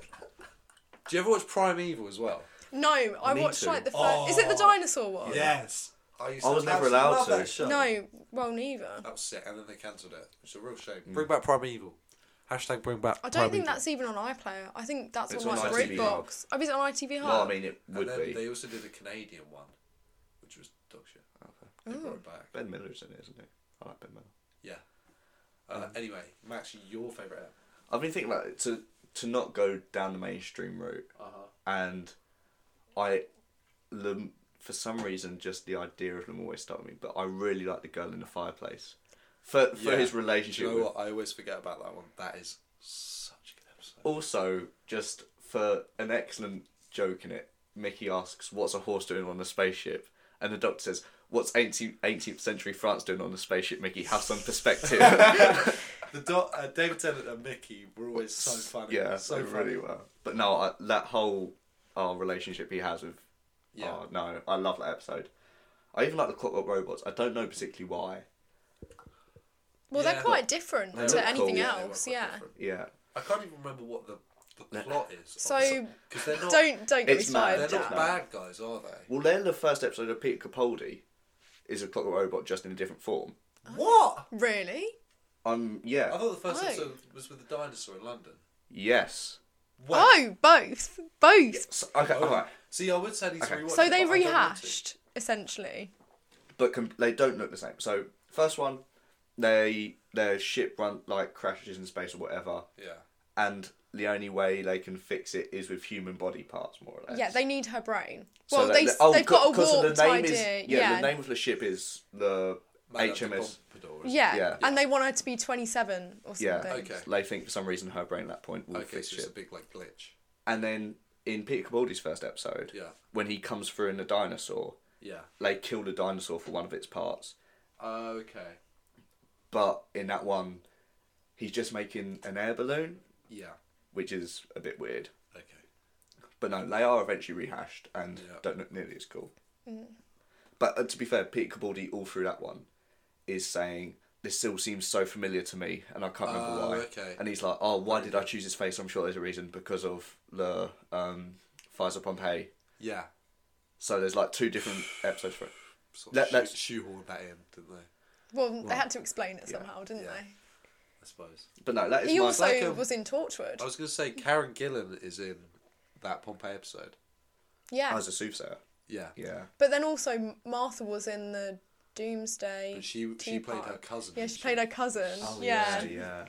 Do you ever watch Primeval as well?
No, I
Me
watched
too. Oh,
like the first. Is it the dinosaur one?
Yes. I, used
I
to
was never
absolutely
allowed
love
to.
That show.
No, well, neither.
That was sick, and then they cancelled it. It's a real shame.
Mm.
Bring back Primeval. Hashtag bring back.
I don't think that's even on iPlayer. I think that's
It's on
on like
ITV Hub.
BritBox. Oh, is it on ITV Hub?
No, I mean, it
And
would
then
be.
they also did a Canadian one, which was dog shit. They
Oh.
brought it back.
Ben Miller's in it, isn't it? I like Ben Miller.
Yeah. Uh, Anyway, Max, your favourite app.
I've been thinking about it to to not go down the mainstream route,
Uh-huh.
and I, the for some reason just the idea of them always stuck with me. But I really like the girl in the fireplace for for
Yeah.
his
Do
relationship.
you know
with,
what? I always forget about that one. That is such a good episode.
Also, just for an excellent joke in it, Mickey asks, "What's a horse doing on a spaceship?" And the doctor says, "What's 18th, 18th century France doing on a spaceship?" Mickey, have some perspective.
The do- uh, David Tennant and Mickey were always so funny.
yeah,
so
so
funny.
really well. But no, I, that whole uh, relationship he has with
Yeah.
Oh, no, I love that episode. I even like the Clockwork Robots. I don't know particularly why.
well,
Yeah.
they're quite different
They look
to anything
cool. Yeah,
they were
else.
quite
Yeah.
different.
Yeah,
I can't even remember what the, the
No.
plot is.
So-
because they're not
Don't don't get me
It's mad.
started.
they're not
Jack.
No.
bad guys, are they?
well, then the first episode of Peter Capaldi is a Clockwork Robot just in a different form.
What?
Really?
Um,
I
yeah,
thought the first
Oh.
episode was with the dinosaur in London.
yes.
Wait.
Oh, both, both.
So, okay,
Oh.
alright.
See, I would say these
Okay.
rewatch.
So
it,
they
but I don't want to.
rehashed essentially.
but com- they don't look the same. So first one, they their ship run like crashes in space or whatever,
Yeah.
and the only way they can fix it is with human body parts, more or less.
Yeah, they need her brain.
So
Well,
that-
they
that- oh,
they've got a
'cause of
warped
the name
idea.
Is, yeah,
yeah,
the name of the ship is the
Man at the
HMS.
Pompadour, isn't it?
yeah.
yeah.
and they want her to be twenty-seven or something.
Yeah,
Okay.
they think for some reason her brain at that point will
Okay,
fix
so it's a
ship.
big like glitch.
And then in Peter Capaldi's first episode,
Yeah.
when he comes through in a dinosaur,
Yeah.
they kill the dinosaur for one of its parts.
Oh, Okay.
But in that one, he's just making an air balloon,
Yeah.
which is a bit weird.
Okay.
But no, they are eventually rehashed and
Yeah.
don't look nearly as cool.
Mm.
But uh, to be fair, Peter Capaldi, all through that one, is saying, This still seems so familiar to me and I can't remember
Oh,
why.
okay.
And he's like, Oh, why did I choose his face? I'm sure there's a reason because of the um, Fires of Pompeii.
Yeah.
So there's like two different episodes for it.
Sort
Let-
of
let's-
shoe- shoehorn that in, didn't they?
Well, they had to explain it somehow, didn't
Yeah.
they?
I suppose.
But no, that is
He
my
also
like a-
was in Torchwood.
I was going to say Karen Gillan is in that Pompeii episode.
yeah.
I was Oh, a soothsayer.
Yeah.
Yeah.
But then also Martha was in the Doomsday.
But she- she
Tea
played her
Party.
cousin,
Yeah,
didn't
she
she?
played her cousin.
Oh,
yeah.
yeah.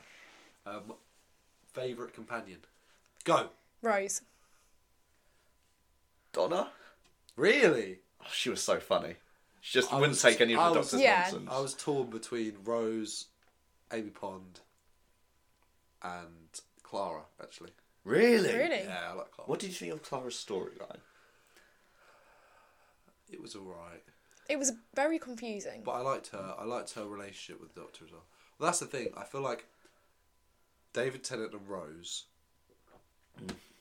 Yeah.
Um, favorite companion. Go.
Rose.
Donna?
Really?
Oh, she was so funny. She just
I
wouldn't
was-
take any
I
of the
was-
doctor's
Yeah.
nonsense.
I was torn between Rose, Amy Pond, and Clara. Actually,
Really?
Really?
yeah, I like Clara.
What did you think of Clara's storyline?
It was alright,
It was very confusing.
but I liked her. I liked her relationship with the Doctor as well. Well, that's the thing. I feel like David Tennant and Rose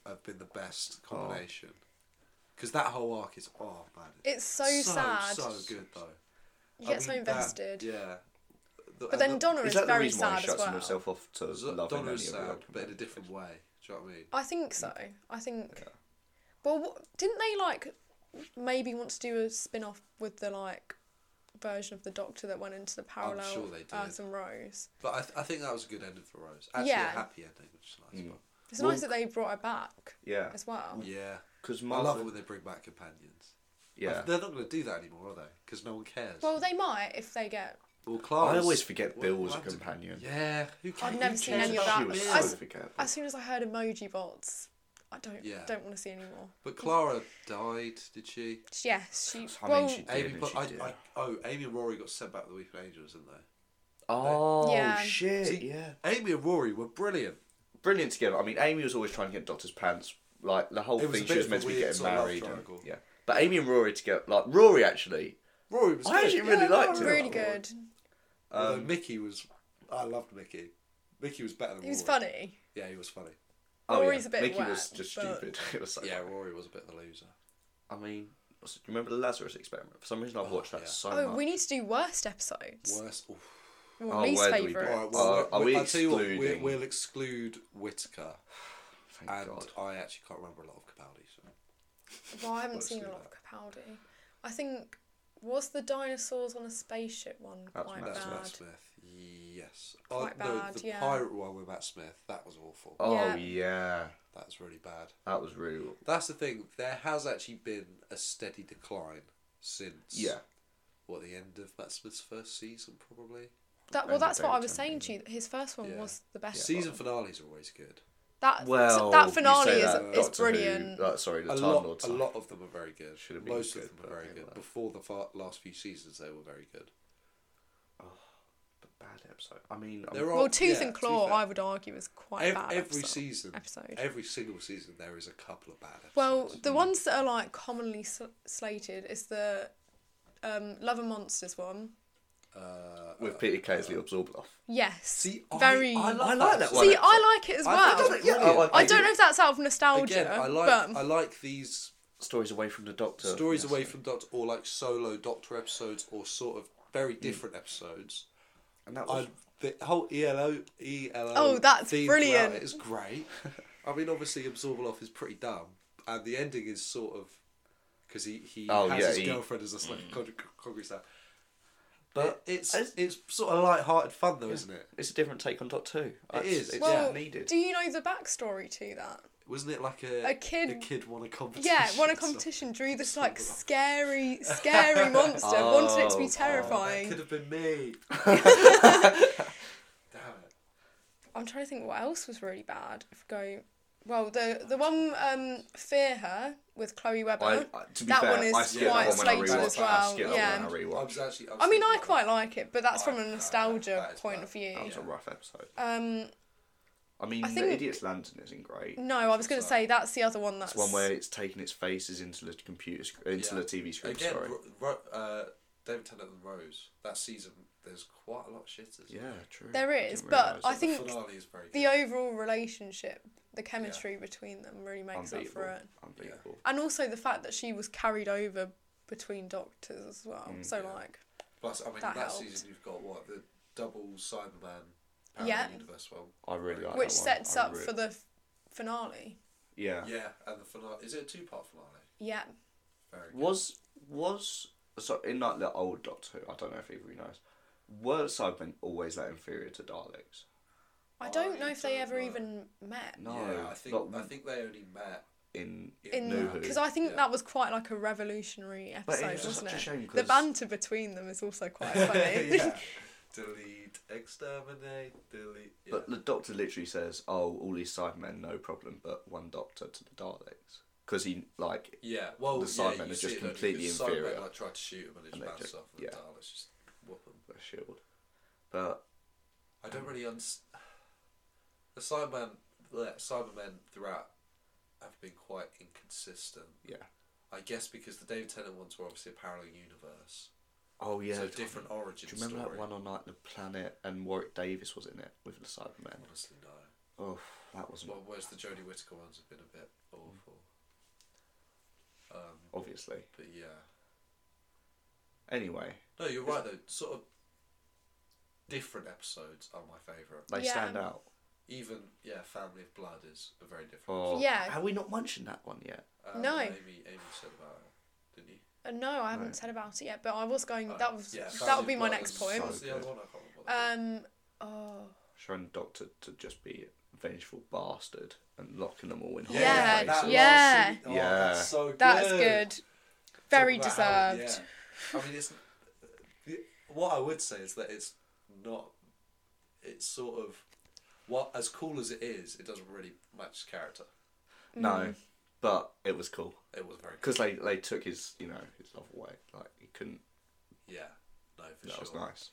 have been the
Oh.
best combination because that whole arc is oh man,
It's so,
so
sad.
so good though.
You
I
get so
mean, that-
invested.
yeah. The-
But
and
then
the-
Donna
Is
is,
that the
very
reason why
sad
he
as
shuts
well.
himself off to love and
Donna
any
is
of the
sad,
other
but in a
companions?
different way. Do you know what I mean?
I think so. I think. Well, what, didn't they like maybe want to do a spin off with the like version of the Doctor that went into the parallel
sure they did.
Earth and Rose?
But I, th- I think that was a good ending for Rose. Actually,
Yeah.
a happy ending, which is
Mm.
nice. But
It's nice that they brought her back
Yeah.
as well.
yeah,
Because
I love it
Martha.
when they bring back companions.
Yeah.
they're not going to do that anymore, are they? Because no one cares.
Well, they might if they get.
Well, Clara's-
I always forget
what-
Bill
what
was a
happened to-
companion.
yeah, who cares?
I've never
who
seen
cares
any of
about
that.
She was
Bill?
I
so
s-
forgettable.
As soon as I heard emoji bots, I don't
Yeah.
don't want to see anymore.
But Clara died, did she?
Yes, she.
I mean,
well,
she- Yeah,
Amy,
no,
put-
she
I,
did.
I, oh, Amy and Rory got sent back to the Weeping Angels, didn't they?
Oh
Yeah.
shit!
See,
yeah,
Amy and Rory were brilliant.
brilliant together. I mean, Amy was always trying to get Doctor's pants. Like the whole
It was
thing,
a
she
bit
was
of a
meant to be
weird
getting
sort of love
married. and-
triangle.
yeah, but Amy and Rory together, like Rory actually,
Rory was.
I
good.
actually really
Yeah,
liked Oh,
Rory-
him.
really good.
Although
Um,
Mickey was, I loved Mickey. Mickey was better than.
He was
Rory.
funny.
Yeah, he was funny.
oh,
Rory's
yeah.
a bit
Mickey
wet,
was just
but-
stupid. It was so.
Yeah,
funny.
Rory was a bit of a loser.
I mean, what's- do you remember the Lazarus experiment? For some reason, I've watched that
yeah.
so
Oh,
much.
we need to do worst episodes.
Worst. Oof.
Well,
Oh,
least
where do we
favorite.
go?
All right, well,
Uh,
we're-
are we
I'll tell you what, we'll,
excluding-
we'll exclude Whitaker,
Thank
and
God.
I actually can't remember a lot of Capaldi. So.
Well, I haven't
Let's
seen
do
a lot of Capaldi. I think was the dinosaurs on a spaceship one
That's
quite
Matt
That's Matt
bad.
Smith. Yes.
Quite
oh,
bad,
No, the
yeah.
pirate one with Matt Smith. That was awful.
Oh yeah.
Yeah.
That was really bad.
that was real.
That's the thing. There has actually been a steady decline since.
Yeah,
What the end of Matt Smith's first season, probably.
That well,
And the
that's what I
David
was saying
Tennant,
to you. His first one
Yeah.
was the best.
season
one.
finales are always good.
That
well,
that
you
finale
say
is
that,
is
Doctor Who-
brilliant.
uh, sorry, the
a
Time
lot,
Lord.
a lot of them are very good.
Should have been
Most
good,
of them
but
are very
they
good.
weren't.
Before the far, last few seasons, they were very good.
bad episode. I mean, I'm-
There are
well, Tooth
yeah,
and Claw,
Tooth and-
I would argue, is quite
Ev-
bad.
every
episode-
season,
episode.
every single season, there is a couple of bad episodes.
Well, the ones that are like commonly sl- slated is the um, Love and Monsters one.
uh, oh,
with Peter Casley absorbed off.
Yes,
see, I-
very.
I,
I like that one.
See, I like it as
I
well.
think
I,
that's brilliant.
Yeah, Oh, I-
don't know if that's out of nostalgia,
Again, I like
but
I like these
Stories away from the Doctor.
stories
Yes.
away from Doctor, or like solo Doctor episodes, or sort of very different episodes.
And that was
Mm. I, the whole E ELO, ELO.
Oh, that's
theme
brilliant.
throughout It is great. I mean, obviously, Absorbal Off is pretty dumb, and the ending is sort of because he he Mm.
Oh,
has
yeah,
his
he-
girlfriend as a slave, con- concrete slave.
But
But it's
it's-
it's, sort of light-hearted fun, though, isn't it?
It's a different take on Dot Two. That's-
is,
It's
yeah.
well,
needed.
do you know the backstory to that?
Wasn't it like a
A kid-
A kid won a competition.
Yeah, won a
or something?
competition, drew this like scary, scary monster, wanted it to
Oh,
be
oh,
terrifying.
That could have been me. Damn it.
I'm trying to think what else was really bad. If we go, well, the the one um, Fear Her with Chloe Webber.
I, I, to be
that
fair,
one is
I skipped
that
quite
that one when I
slated
rewatched
as
it. I
well.
skipped
yeah.
that one when
I
I rewatched
was
it.
actually. I, was
I mean, I
thinking
quite
about
like it, but that's
I-
from
that
a
is
nostalgia
bad.
point of view.
That was a rough episode.
Um,
I mean,
I
The
think-
Idiot's Lantern isn't great.
no, I was going to say that's the other one. That's
It's one where it's taking its faces into the computer, sc- into
Yeah.
the TV
that.
screen.
Again,
sorry.
Ro- Ro- uh, David Tennant and Rose. That season, there's quite a lot of shit. isn't
Yeah,
there?
true.
There
I
is,
didn't
but
realise
I
that.
think
the finale is very
the
good.
overall relationship, the chemistry between them, really makes up
unbeatable.
for it.
Unbeatable.
And also the fact that she was carried over between doctors as well. so like,
Plus, I mean, that,
that helped.
season you've got what the double Cyberman. Parallel
Yeah.
Universe one.
I really like that
which
one.
sets
I
up
really-
for the f- finale.
Yeah.
Yeah, and the finale. Is it a two-part finale?
Yeah.
Very good.
Was was so in like the old Doctor Who, I don't know if anybody knows, were Cybermen always that inferior to Daleks?
I don't know if they
don't
ever
know.
even met.
No,
yeah, I think
but-
I think they only met.
in
in
No Who.
because I think
Yeah.
that was quite like a revolutionary
But
episode,
it was
wasn't
such
it?
a shame
the
'cause-
banter between them is also quite funny.
yeah. Delete, exterminate, delete. Yeah.
But the doctor literally says, "Oh, all these Cybermen, no problem, but one doctor to the Daleks." Because he like
yeah, well,
the
yeah,
Cybermen
you
are
see
just
it, don't you?
completely
'Cause
inferior.
Cybermen like tried to shoot him and it
And
just
they
bounced
just-
off, and
yeah.
the Daleks just whoop him.
a shield, but
I
Mm.
don't really understand. The Cybermen, the Cybermen throughout have been quite inconsistent.
yeah.
I guess because the David Tennant ones were obviously a parallel universe,
Oh yeah.
so different origin
Do you remember
story.
that one on like the planet and Warwick Davis was in it with the Cybermen?
Honestly, no.
Oh, that was
Well, whereas the Jodie Whittaker ones have been a bit awful. Um,
obviously.
but yeah.
Anyway,
No, you're right though. Sort of different episodes are my favourite.
they
Yeah.
stand out.
Even yeah, Family of Blood is a very different.
Oh,
Yeah.
Have we not mentioned that one yet?
episode. Um,
No.
Amy, Amy said about it, didn't you?
Uh, no, I haven't
Right.
said about it yet, but I was going.
Oh,
that was
yeah,
that
Family
would
of
be my
Blood
next
is-
point.
so-
what's the other one? I can't remember what it's called.
Um. Oh.
Showing the doctor to just be a vengeful bastard and locking them all in hot
Yeah,
places.
that yeah.
last scene- oh,
Yeah.
That's so good.
That's good. Very
Talk about
deserved.
how- yeah. I mean, it's the- what I would say is that it's not. It's sort of what as cool as it is, it doesn't really match character.
Mm.
No, but it was cool
It was very cool.
because they they took his you know his love away. Like he couldn't.
yeah, no, for
that
sure.
was nice.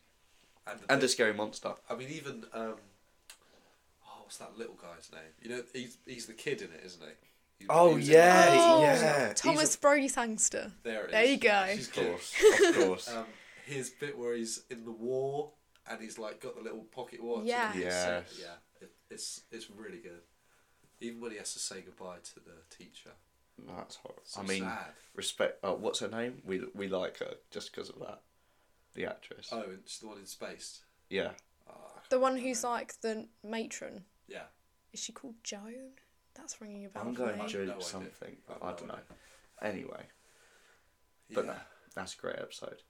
And, the
And a
bit-
scary monster.
I mean, even um, oh, what's that little guy's name? You know, he's he's the kid in it, isn't he? He- he was in-
Oh,
yeah.
Thomas Brody Sangster.
there it is.
There you go.
She's
Of
cute.
course, of course.
Um, his bit where he's in the war and he's like got the little pocket watch.
Yeah.
And he's
Yes.
saying- yeah. It, it's it's really good. Even when he has to say goodbye to the teacher.
No, that's horrible.
So
I mean,
sad.
respect. Uh, what's her name? We we like her just because of that. The actress.
Oh, and she's the one in space.
Yeah.
Ah,
The one who's like the matron.
yeah.
Is she called Joan? That's ringing a bell.
I'm
for
going
me.
Joan
no idea.
something.
I've
I,
no
don't know.
idea.
Anyway, but
yeah.
no, that's a great episode.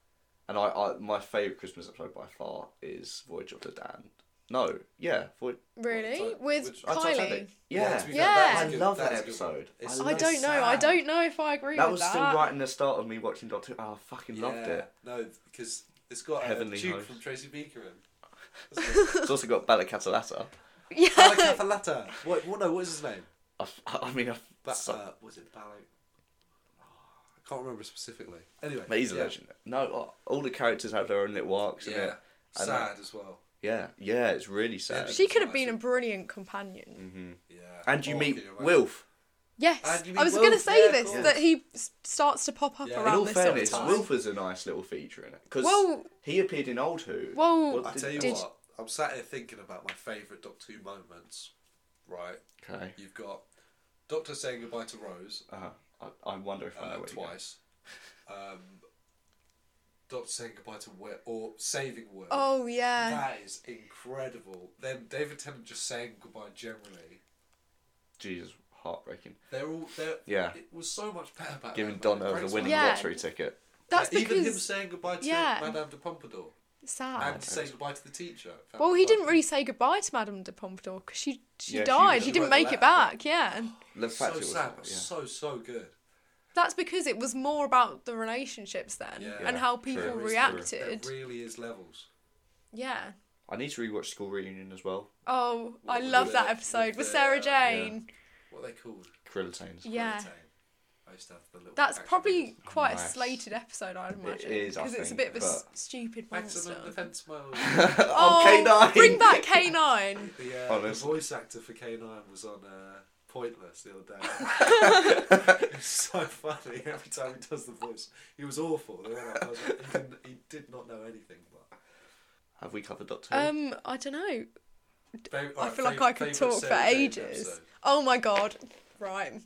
And I, I my favorite Christmas episode by far is Voyage of the Damned. No, yeah, Voy-
Really?
Which-
With
which-
oh,
Kylie?
Titanic. Yeah,
to be fair,
Yeah.
that's
I
good-
love that
that's a good one.
episode.
It's
I
so
don't know. I
sad.
don't know if I agree
That
with
was
that.
still right in the start of me watching Doctor Who. Oh, I fucking loved it.
No, because it's got Heavenly
Heavenly
a Duke
Host.
from Tracy Beaker in.
It's also got Bella Catalata.
Yeah.
Bala Cafalata. What? What? No, what's his name?
I, f- I mean, I, f-
Ba-
so-
uh, was it Bala? I can't remember specifically. Anyway,
but he's a
yeah.
legend. No, uh, all the characters have their own little arcs in
Yeah,
it. And
sad as well.
Yeah, yeah, it's really sad.
She could have been a brilliant companion.
Mm-hmm. Yeah.
and you
Oh,
meet
can imagine?
Wilf.
Yes,
And you
I
mean
was going to
Wilf,
say
yeah, of
this
course.
that he s- starts to pop up
Yeah. In
In
around
all
this
fairness,
sort of time.
Wilf was a nice little feature in it because
Well-
he appeared in Old Who.
Well,
What
I
did-
tell you
Did-
what, I'm sat here thinking about my favourite Doctor Who moments. Right,
Okay,
you've got Doctor saying goodbye to Rose
uh, I, I wonder if I
uh,
know what
twice. Um, Doctor saying goodbye to Will or saving Will.
Oh yeah,
That is incredible. Then David Tennant just saying goodbye generally.
Jesus, heartbreaking.
They're all they're,
Yeah.
It was so much better back
Giving
then, but it
Donna the
breaks
winning
my-
Yeah.
lottery ticket.
that's
Yeah, even him
because
saying goodbye to
yeah.
Madame de Pompadour
sad.
Ah,
and saying goodbye to the teacher.
Well, he didn't really say goodbye to Madame de Pompadour because she she
Yeah, she
died.
was-
he
she
didn't
wrote the
make it
letter.
back. Yeah, and
The fact
So
it was
sad, but
yeah.
so so good.
that's because it was more about the relationships then
Yeah.
and
Yeah,
how
true.
people
There
is-
reacted.
There really is levels.
yeah.
I need to rewatch School Reunion as well.
Oh, I
What was
love
it?
that episode with
The-
Sarah
yeah.
Jane.
What are they called?
Krillitane's.
Yeah.
Granite. I used to have the little.
That's
action
probably
figures.
quite a
Nice.
slated episode, I'd imagine.
is, I
Because it's a
think,
bit of a s-
but-
stupid monster.
Maximum defense mode.
Oh,
K9.
Bring back K9.
the, uh, the
Honestly.
voice actor for K9 was on uh, Pointless the other day. it's so funny every time he does the voice. He was awful. They were like, I was like, he, didn't, he did not know anything. But
Have we covered Doctor Who?
Um, I don't know.
Fav-
I
alright,
feel like
fav-
I could
favourite
talk for
Sarah Jane
ages.
episode.
Oh my god. Right.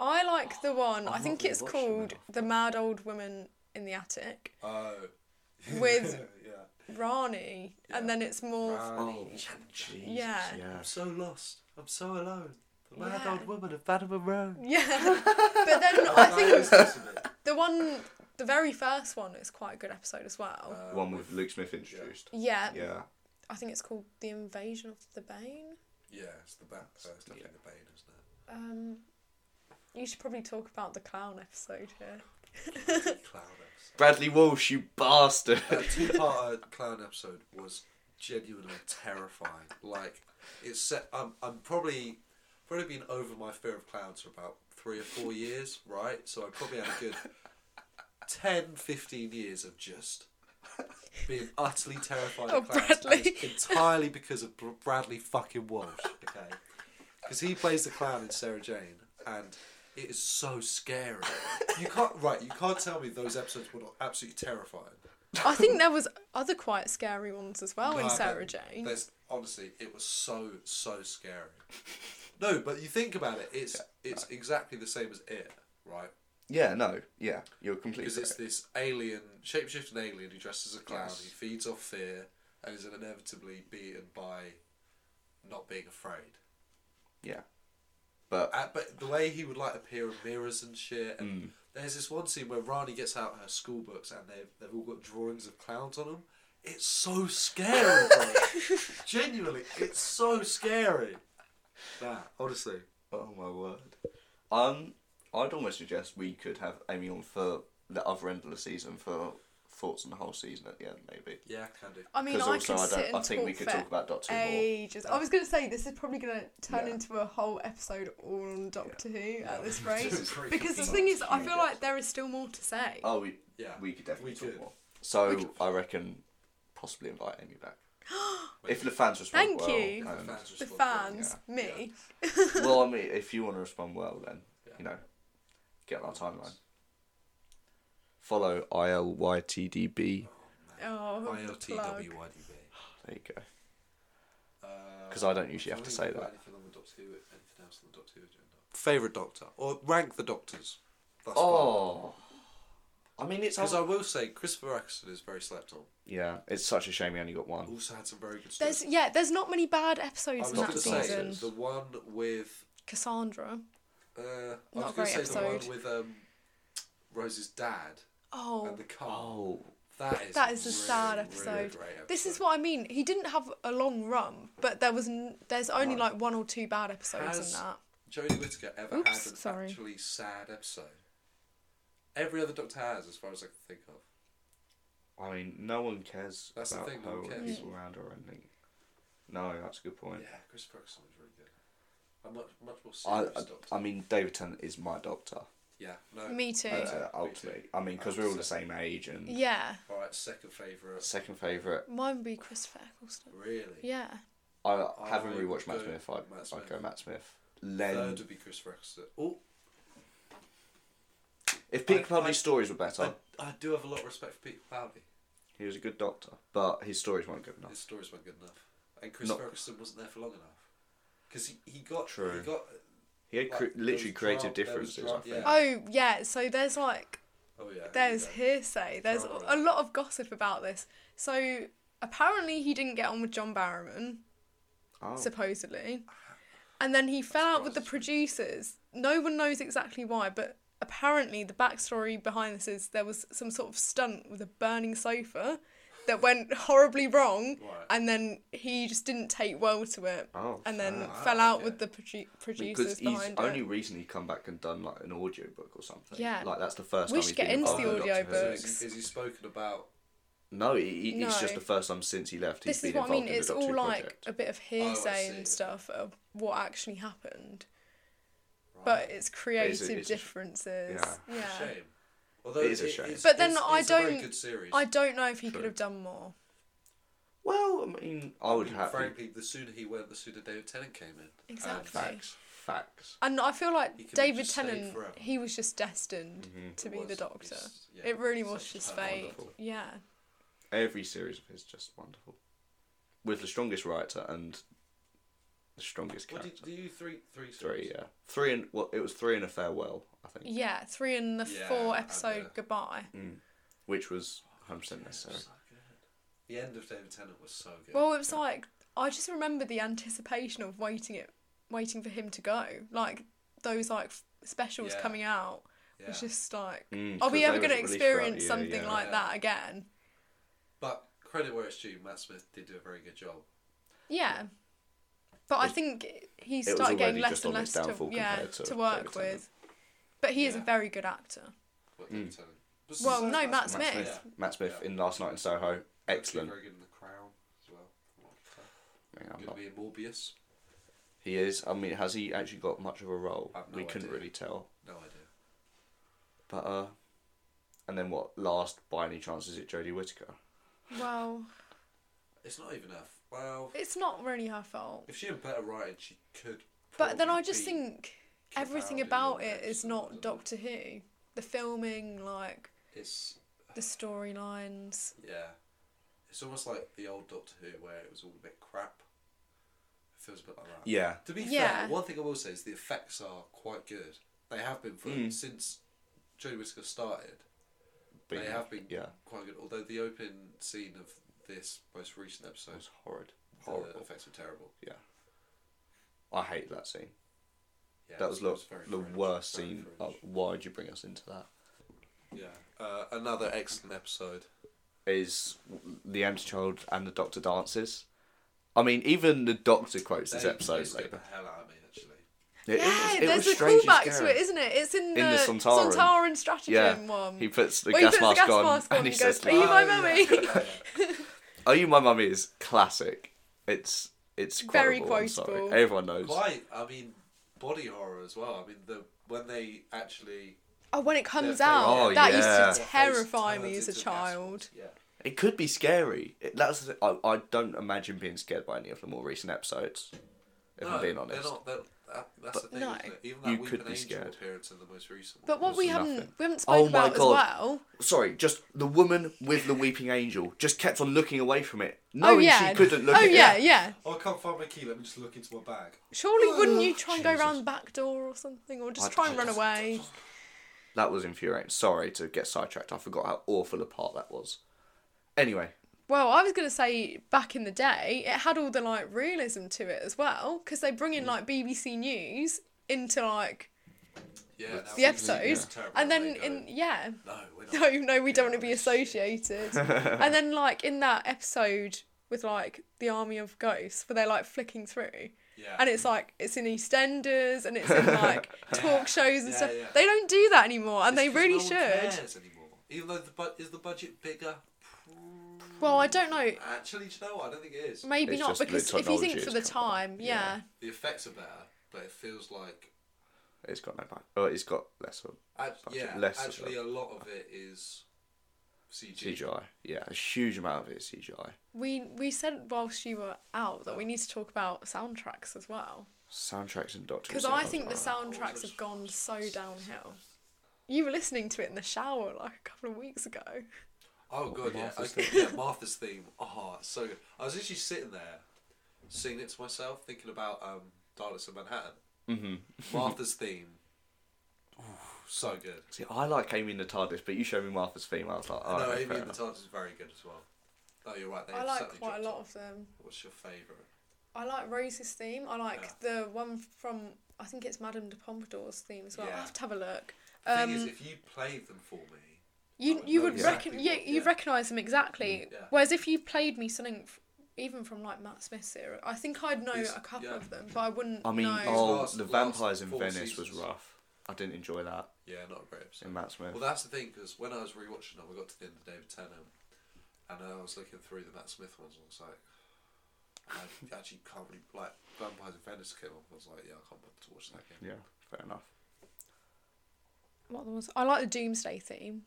I like the one, I
I've
think
not
it's
really watched them
called
enough.
The Mad Old Woman in the Attic
Oh.
with
yeah.
Rani, and then it's more.
oh,
Rani.
Jesus,
Yeah.
yeah.
I'm so lost. I'm so alone. The mad
Yeah.
old woman of Bannerman Road.
Yeah. but then I think
think.
the one, the very first one is quite a good episode as well.
One with Luke Smith introduced.
Uh, Yeah.
Yeah,
I think it's called The Invasion of the Bane.
Yeah, it's the bat. So it's definitely the Bane, isn't it?
Um, you should probably talk about the clown episode here.
Clown episode.
Bradley Walsh, you bastard.
That two-part clown episode was genuinely terrifying. Like, it's set. I'm, I'm probably probably been over my fear of clowns for about three or four years, right? So I probably had a good 10, 15 years of just being utterly terrified
Oh,
of clowns. And it's
Bradley.
entirely because of Br- Bradley fucking Walsh, okay? Because he plays the clown in Sarah Jane, and it is so scary. You can't right. You can't tell me those episodes were not absolutely terrifying.
I think there was other quite scary ones as well in
No,
Oh, Sarah
but
Jane.
There's honestly, it was so so scary. No, but you think about it, it's it's exactly the same as it, right?
yeah, no, yeah, you're completely
Because it's
right.
this alien, shapeshifting alien who dresses as a clown,
Yes.
he feeds off fear, and is inevitably beaten by not being afraid.
yeah, but
Uh, but the way he would like appear in mirrors and shit, and there's this one scene where Rani gets out her school books and they've they've all got drawings of clowns on them. It's so scary, bro. Genuinely, it's so scary. That honestly,
oh my word. Um, I'd almost suggest we could have Amy on for the other end of the season for thoughts on the whole season at the end, maybe.
yeah, can do.
I mean,
Because
I
also,
could
I,
sit
don't,
and
I think we could
for
talk about Doctor Who. more.
ages. I was going to say this is probably going to turn
Yeah.
into a whole episode all on Doctor Who at this rate.
This is pretty
because the
confusing.
thing is, I feel
Huge.
like there is still more to say.
Oh, we
Yeah,
we could definitely
we
talk
could.
more. So I reckon possibly invite Amy back if the fans respond.
Thank
well,
you.
and-
fans
the
respond well,
fans, me.
well, I mean, if you want to respond well, then
Yeah.
you know, get on our timeline. Follow ILYTDB.
Oh, plug.
ILTWYDB.
There you go.
Uh,
'Cause I don't usually have to say
anything
that.
on the Doctor Who- anything else on the Doctor Who agenda? Favorite Doctor or rank the Doctors. That's fine.
Oh, I mean, it's
Because I will say, Christopher Eccleston is very slept on.
yeah. It's such a shame we only got one.
Also had some very good stuff.
There's yeah, there's not many bad
I was
episodes in
going
that
to
season.
say the one with.
Cassandra.
Uh, I
Not
was
a
going
great
to say the
episode.
one with um, Rose's dad
Oh,
and the car.
Oh,
That is
that is a
really,
sad
really
episode.
great
This is
episode.
what I mean. He didn't have a long run, but there was n- there's only
No.
like one or two bad episodes
Has-
in that.
Jodie Whittaker ever
Oops,
had an
sorry.
actually sad episode. Every other Doctor has, as far as I can think of.
I mean, no one cares
That's the
about
thing, no
how
one cares.
people around her ending. No, that's a good point.
Yeah, Christopher Eccleston was really good. I'm much much more
I,
serious Doctor.
I, I mean, David Tennant is my doctor.
yeah, no.
Me too.
Uh, uh, ultimately, I mean, because we're all the same age and
yeah,
All right, second favorite.
second favorite.
mine would be Christopher Eccleston.
Really.
Yeah,
I haven't
I
rewatched Matt
go
Smith. I'd,
Matt
I'd
Smith.
go Matt Smith.
Third
Len.
would be Christopher Eccleston. Oh,
If Peter
I-
Capaldi's
I-
stories were better,
I, I do have a lot of respect for Peter Capaldi.
he was a good doctor, but his stories weren't good
His
enough.
stories weren't good enough, and Chris
Not-
Ferguson wasn't there for long enough. Because he, he got
True.
he got
He had
like,
cre-
there
literally
was
creative
drama- there was
differences. I
drama-
think.
yeah.
Oh yeah, so there's like
oh yeah
there's
yeah.
hearsay. There's
Drama.
a lot of gossip about this. So apparently he didn't get on with John Barrowman,
Oh.
supposedly. And then he fell out with the producers. No one knows exactly why, but apparently the backstory behind this is there was some sort of stunt with a burning sofa that went horribly wrong
Right.
and then he just didn't take well to it
Oh,
and then
fair.
fell out
okay.
with the produ-
because
producers
he's
behind
only
it.
recently come back and done like an audio book or something.
Yeah.
like that's the first
We
time
should
he's
get
been
into
involved
the
in Doctor
audio
Who.
So
book.
is, he, is he spoken about?
No, he, he, it's just
No.
the first time since he left. He's
This
been
is what I
involved
mean.
in
It's
the Doctor
all
Who
like Oh,
project.
a bit of
I
hearsay
see.
and stuff of what actually happened, but it's creative
it's a-
differences.
yeah.
Yeah.
Shame. Although
It is a
it-
shame.
it's-
But then
it's-
I
it's a very
don't-
good series.
I don't know if he
True.
could have done more.
Well, I mean, I would have
frankly, the sooner he went, the sooner David Tennant came in. Um, And
Exactly.
facts. Facts.
And I feel
He
like
could've
David
just stayed
Tennant,
forever.
he was just destined to
It
be the
was.
Doctor.
It's- yeah,
it really
it's
was
such
his
a
fate.
wonderful-
Yeah.
Every series of his just wonderful, with the strongest writer and the strongest
What
character.
did do you three three
Three,
series?
yeah, three and well, it was three and a farewell, I think,
Yeah, three and the
Yeah,
four
and,
episode
uh,
goodbye.
which was 100 percent necessary.
So good. The end of David Tennant was so good.
Well, it was like I just remember the anticipation of waiting it, waiting for him to go. Like those like f- specials
Yeah. coming
coming out
yeah.
was just like,
Mm,
are
'cause
we
they
ever
was
going to
released throughout
experience
the year,
something
yeah.
like that again?
But credit where it's due, Matt Smith did do a very good job.
Yeah. But I think he
was
started
already
getting less
just
and
on
less
its
to,
downfall
yeah,
compared to
to,
David
work
Tennant.
with. But he is a
Yeah.
very good actor.
What
Hmm.
David Tennant- But
Well,
so-
no, Matt
Matt
Smith.
Yeah.
Matt Smith in Last Night in Soho, excellent.
Very good in The Crown as well. from what I've heard.
I mean, I'm
Good
not-
to be in Morbius.
He is. I mean, has he actually got much of a role?
I've no
we couldn't
idea.
really tell.
No idea.
But uh, and then what? Last by any chance is it Jodie Whittaker?
Well,
It's not even her. Well,
it's not really her fault.
if she had better writing, she could.
But then I
probably
just
be-
think everything
Capaldi
about
and
it is
Edson,
not
isn't it?
Doctor Who. The filming, like
it's
the storylines.
yeah, it's almost like the old Doctor Who where it was all a bit crap. It feels a bit like that.
Yeah.
To be
Yeah.
fair, one thing I will say is the effects are quite good. They have been for
Mm.
since Jodie Whittaker started.
But
they have been
Yeah.
quite good. Although the open scene of this most recent
It
episode,
was horrid.
the
Horrible.
effects were terrible.
Yeah. I hate that scene.
Yeah,
that was,
it
lo-
very
the
cringe,
worst
very
scene.
cringe.
Oh, why'd you bring us into that?
Yeah, uh, another excellent episode.
Is the empty child and the doctor dances? I mean, even the doctor quotes this
They-
episode
they scared
later.
the hell out of me actually.
It, it
yeah,
was, it
there's
was
a
strange and
callback to
scary.
it, isn't it? It's in,
In the Sontaran.
Sontaran stratagem
Yeah,
one.
he puts the
Where
gas,
he puts
mask,
the gas
on,
mask on
and he
goes,
says,
"Are you
"Are
my mummy?"
you my mummy?" Is classic. It's it's
Very
quotable, I'm sorry.
quotable.
Everyone knows.
Quite. I mean, body horror as well. I mean, the when they actually
Oh, when it comes
Their face-
out,
Oh,
that
yeah.
used
their
to
face
terrify
turns
me as a
into gas
child.
balls. Yeah.
It could be scary. It, that's the, I, I don't imagine being scared by any of the more recent episodes. If I'm being honest,
they're not. They're, that, that's the thing.
No.
Isn't it? Even that
You
weeping
could be
angel
scared.
appearance in the most recent.
But
one.
what we
Nothing.
haven't we haven't
Oh
spoken
my
about
God.
as well.
sorry, just the woman with the weeping angel just kept on looking away from it, knowing
oh yeah.
she couldn't look
oh
at
yeah,
it.
yeah.
Oh, I can't find my key. Let me just look into my bag.
Surely wouldn't you try and go
Oh, Jesus.
around the back door or something, or just
I-
try and
I
run
just-
away?
That was infuriating. Sorry to get sidetracked. I forgot how awful a part that was. Anyway,
Well, I was going to say back in the day, it had all the like realism to it as well, because they bring
Mm.
in like BBC News into like
Yeah. that
the
was- yeah,
episode,
terrible
and then
when they go,
in yeah,
No, we're not.
no, no, we don't want to be
Yeah,
associated. and then like in that episode with like the army of ghosts, where they're like flicking through.
Yeah.
and it's like it's in EastEnders and it's in like talk shows and
Yeah,
stuff.
yeah.
They don't do that anymore,
It's
and they
'cause
really
no one
should.
cares anymore. Even though the bu- is the budget bigger?
Well, I don't know.
Actually, do you know what? I don't think it is.
Maybe
It's
not
just the
because if you think
technology
for
has
the
come up.
time, yeah.
The effects are better, but it feels like
it's got no back. Oh, it's got less of
Act-
budget,
yeah,
less of
actually, a lot of it is CG.
CGI. Yeah, a huge amount of it is CGI.
we we said whilst you were out that we need to talk about soundtracks as well
Soundtracks and Doctor.
because
Who
I
soundtracks
think the
are-
soundtracks have gone so downhill. You were listening to it in the shower like a couple of weeks ago.
Oh god, yeah.
Martha's
okay, yeah, Martha's theme. Oh, it's so good. I was actually sitting there, singing it to myself, thinking about um, Daleks of Manhattan. Mm-hmm. Martha's theme. Ooh, so good.
See, I like Amy in the TARDIS, but you showed me Martha's theme. I was like, oh,
no,
no,
Amy and the Tarts is very good as well. Oh, you're right. They
I like
certainly
quite a
dropped
lot of them.
it. What's your favourite?
I like Rose's theme. I like the one from I think it's Madame de Pompadour's theme as well.
Yeah.
I have to have a look.
The thing
Um,
is, if you played them for me, I
You
would
you
know
would
exactly
reckon yeah
what-
you
yeah. Mm,
would recognise them exactly.
Yeah.
Whereas if you played me something f- even from like Matt Smith's era, I think I'd know
Yes,
a couple
yeah.
of them, but I wouldn't.
I mean,
know.
oh,
Last-
the
last
vampires in
four
Venice was
seasons.
rough. I didn't enjoy that
yeah, not a great episode.
in Matt Smith.
Well, that's the thing because when I was rewatching them, I got to the end of David Tennant, and I was looking through the Matt Smith ones, and I was like, I actually can't really like Vampires in Venice came up. I was like, yeah, I can't bother to watch that again.
yeah, fair enough.
What was I like the Doomsday theme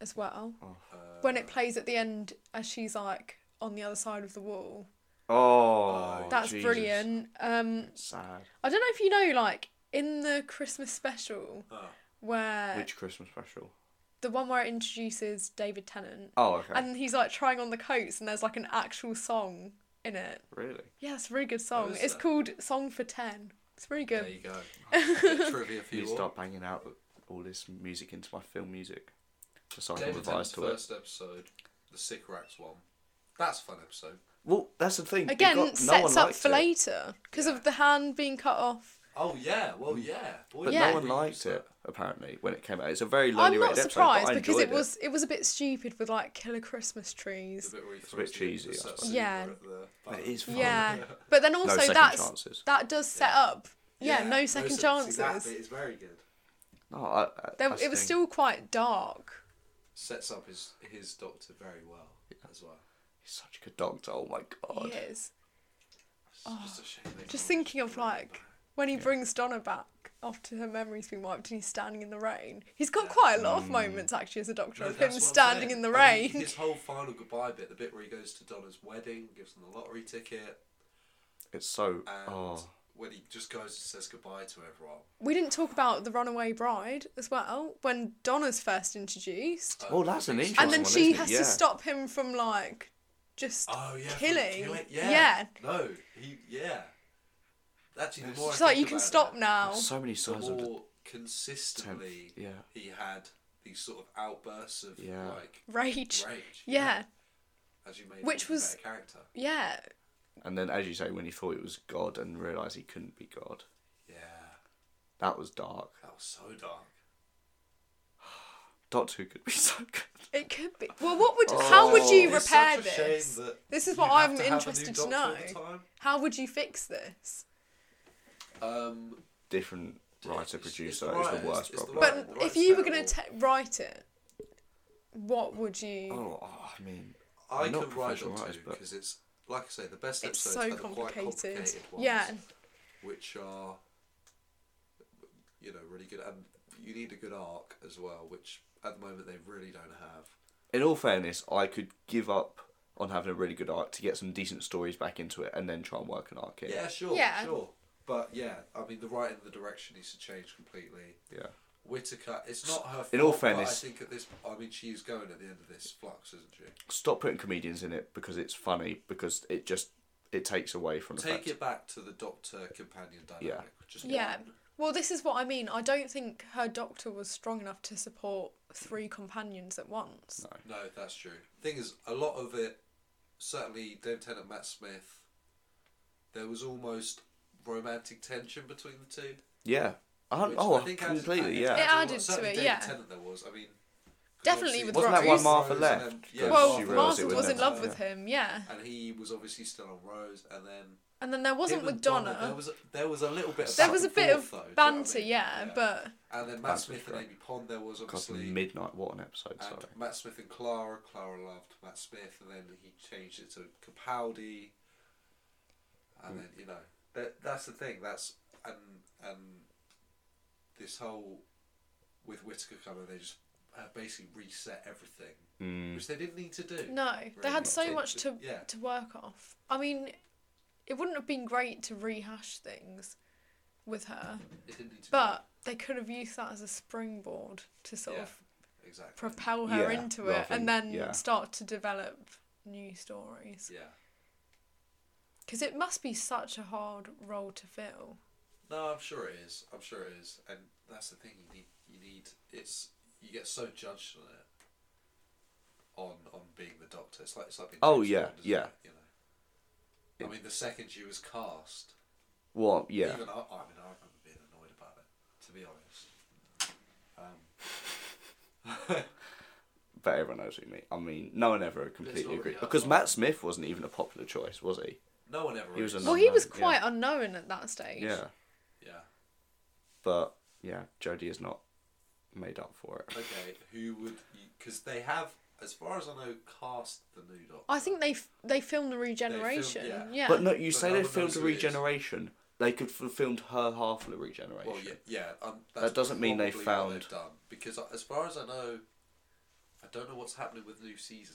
as well.
Oh.
Uh,
When it plays at the end as she's like on the other side of the wall,
Oh,
that's
Jesus.
brilliant. Um,
Sad.
I don't know if you know, like in the Christmas special
Ah.
where
Which Christmas special?
the one where it introduces David Tennant,
Oh, okay.
and he's like trying on the coats, and there's like an actual song in it.
Really?
Yeah, it's a really good song.
is
It's
that?
called Song for Ten. It's really
there
good.
you go. Trivia for
You
you
need to
all.
start banging out all this music into my film music, just so I can
David Tennant's
revise to it.
first episode, the Sick Racks one. That's a fun episode.
Well, that's the thing. it
Again,
got- no one
sets up
liked
for
it.
later because of the hand being cut off.
Oh yeah, well yeah. Boy,
Mm. But
Yeah.
no one liked it apparently when it came out. It's a very lowly
I'm
rated
not
episode.
surprised
but I
because
enjoyed
it was it. was a bit stupid with like killer Christmas trees.
It's
a bit cheesy, I suppose.
Yeah.
It is fun.
Yeah, but then also
second
that's
chances.
that does set up. Yeah, no second chances.
It's very good.
No, I, I,
There,
that's
it was
the thing.
still quite dark.
Sets up his his doctor very well as well.
He's such a good doctor. Oh my god.
Years.
It's just a shame. they
Oh, Just
can't
thinking of
bring it
like
back.
when he brings Donna back after her memory's been wiped and he's standing in the rain. He's got quite a lot of moments actually as a doctor
Mm. No,
of him
that's what I'm
standing
saying.
in the
I mean,
rain.
his whole final goodbye bit, the bit where he goes to Donna's wedding, gives them the lottery ticket,
It's so.
and
Oh.
when he just goes and says goodbye to everyone.
We didn't talk about the runaway bride as well when Donna's first introduced,
Uh,
Oh, that's an
And
interesting
and then
one,
she
isn't it?
has
Yeah.
to stop him from like just
Oh yeah, from
killing.
killing-
Yeah,
Yeah. No, he. Yeah. Actually, the more I
she's like,
think
you can
about
stop
it,
now.
So many
The
signs of. the-
more consistently,
Tenth, yeah.
he had these sort of outbursts of
Yeah.
like
Rage.
rage.
Yeah,
As you made
Which
him a
was-
better character.
yeah.
And then, as you say, when he thought it was God and realised he couldn't be God,
Yeah.
that was dark.
That was so dark.
Doctor Who could be so good.
It could be. Well, what would? how would you
Oh, It's
repair
such a shame
this?
that
This is
you
what
have
I'm
to have a new
interested to
doctor all
know.
the time.
How would you fix this?
Um,
Different
It's-
writer
it's
producer
the
is
writers,
the worst
it's the
problem.
But
Right, right,
if you were
so-
gonna te- write it, what would you?
oh, oh, I mean,
I
I'm not
could write
professional
on
writers,
two
but-
because it's like I say, the best
it's
episodes
so
are the quite
complicated.
complicated ones,
Yeah,
which are you know really good, and you need a good arc as well, which at the moment they really don't have.
in all fairness, I could give up on having a really good arc to get some decent stories back into it, and then try and work an arc in.
Yeah, sure,
Yeah.
sure, but yeah, I mean the writing, the direction needs to change completely.
yeah.
Whitaker, it's not her. Fault,
In all
but
fairness-
I think at this, I mean, she's going at the end of this flux, isn't she?
Stop putting comedians in it because it's funny because it just it takes away from the
Take
fact.
it back to the Doctor companion dynamic,
Yeah.
just
yeah.
one.
Well, this is what I mean. I don't think her doctor was strong enough to support three companions at once.
No, that's true. Thing is, a lot of it, certainly David Tennant, Matt Smith, there was almost romantic tension between the two.
Yeah. I,
which
oh,
I think added-
completely.
It
Yeah.
added
well,
to
certainly
it,
David
yeah.
Tennant, there was. I mean, 'cause
Definitely
obviously-
with
Wasn't that
Rose.
why Martha
Rose
left?
and then- yeah,
Because
Well,
she realised
Martha
it
was in
never
love
end.
with him, yeah,
And he was obviously still on Rose, and then
and then there wasn't
him
with
and
Donna.
There was a, there was a little bit. Of
There
back
was a
and
bit
forth,
of
though, do you know what I
banter,
mean?
yeah, but
and then Matt
Banter's
Smith
great.
and Amy Pond. There was
Because
obviously
midnight, what an episode!
and
Sorry.
Matt Smith and Clara. Clara loved Matt Smith, and then he changed it to Capaldi. And
Hmm.
then you know that that's the thing. That's and and this whole with Whitaker coming, they just uh, basically reset everything,
Hmm.
which they didn't need to do.
no, they
really.
had so
It-
much to
yeah.
to work off. I mean, it wouldn't have been great to rehash things with her,
It didn't need to.
but they could have used that as a springboard to sort
Yeah.
of
do- exactly.
propel her
Yeah,
into
rather
it and
than-
then
yeah.
start to develop new stories.
yeah.
Because it must be such a hard role to fill.
No, I'm sure it is. I'm sure it is, and that's the thing. You need, you need. It's you get so judged on it, on on being the doctor. It's like it's like being
Oh,
James
yeah,
Bond, isn't
yeah.
it, you know, I mean, the second you was cast,
Well, yeah.
Even I, I mean, I remember being annoyed about it. To be honest, um,
But everyone knows who you mean. I mean, no one ever completely
already
agreed.
out
Because
there.
Matt Smith wasn't even a popular choice, was he?
no one ever.
He was
is.
a
Well, he was
yeah.
quite unknown at that stage.
Yeah.
yeah.
But yeah, Jodie is not made up for it.
Okay, who would? Because they have, as far as I know, cast the new doctor.
I think they f- they filmed the regeneration.
yeah.
yeah.
But no, you
But
say
no
they
one
filmed
knows
the
who it is.
regeneration. They could have filmed her half of the regeneration.
Well, yeah, yeah. Um,
That doesn't mean they
probably what they've
found-
done because, I- as far as I know, I don't know what's happening with new seasons.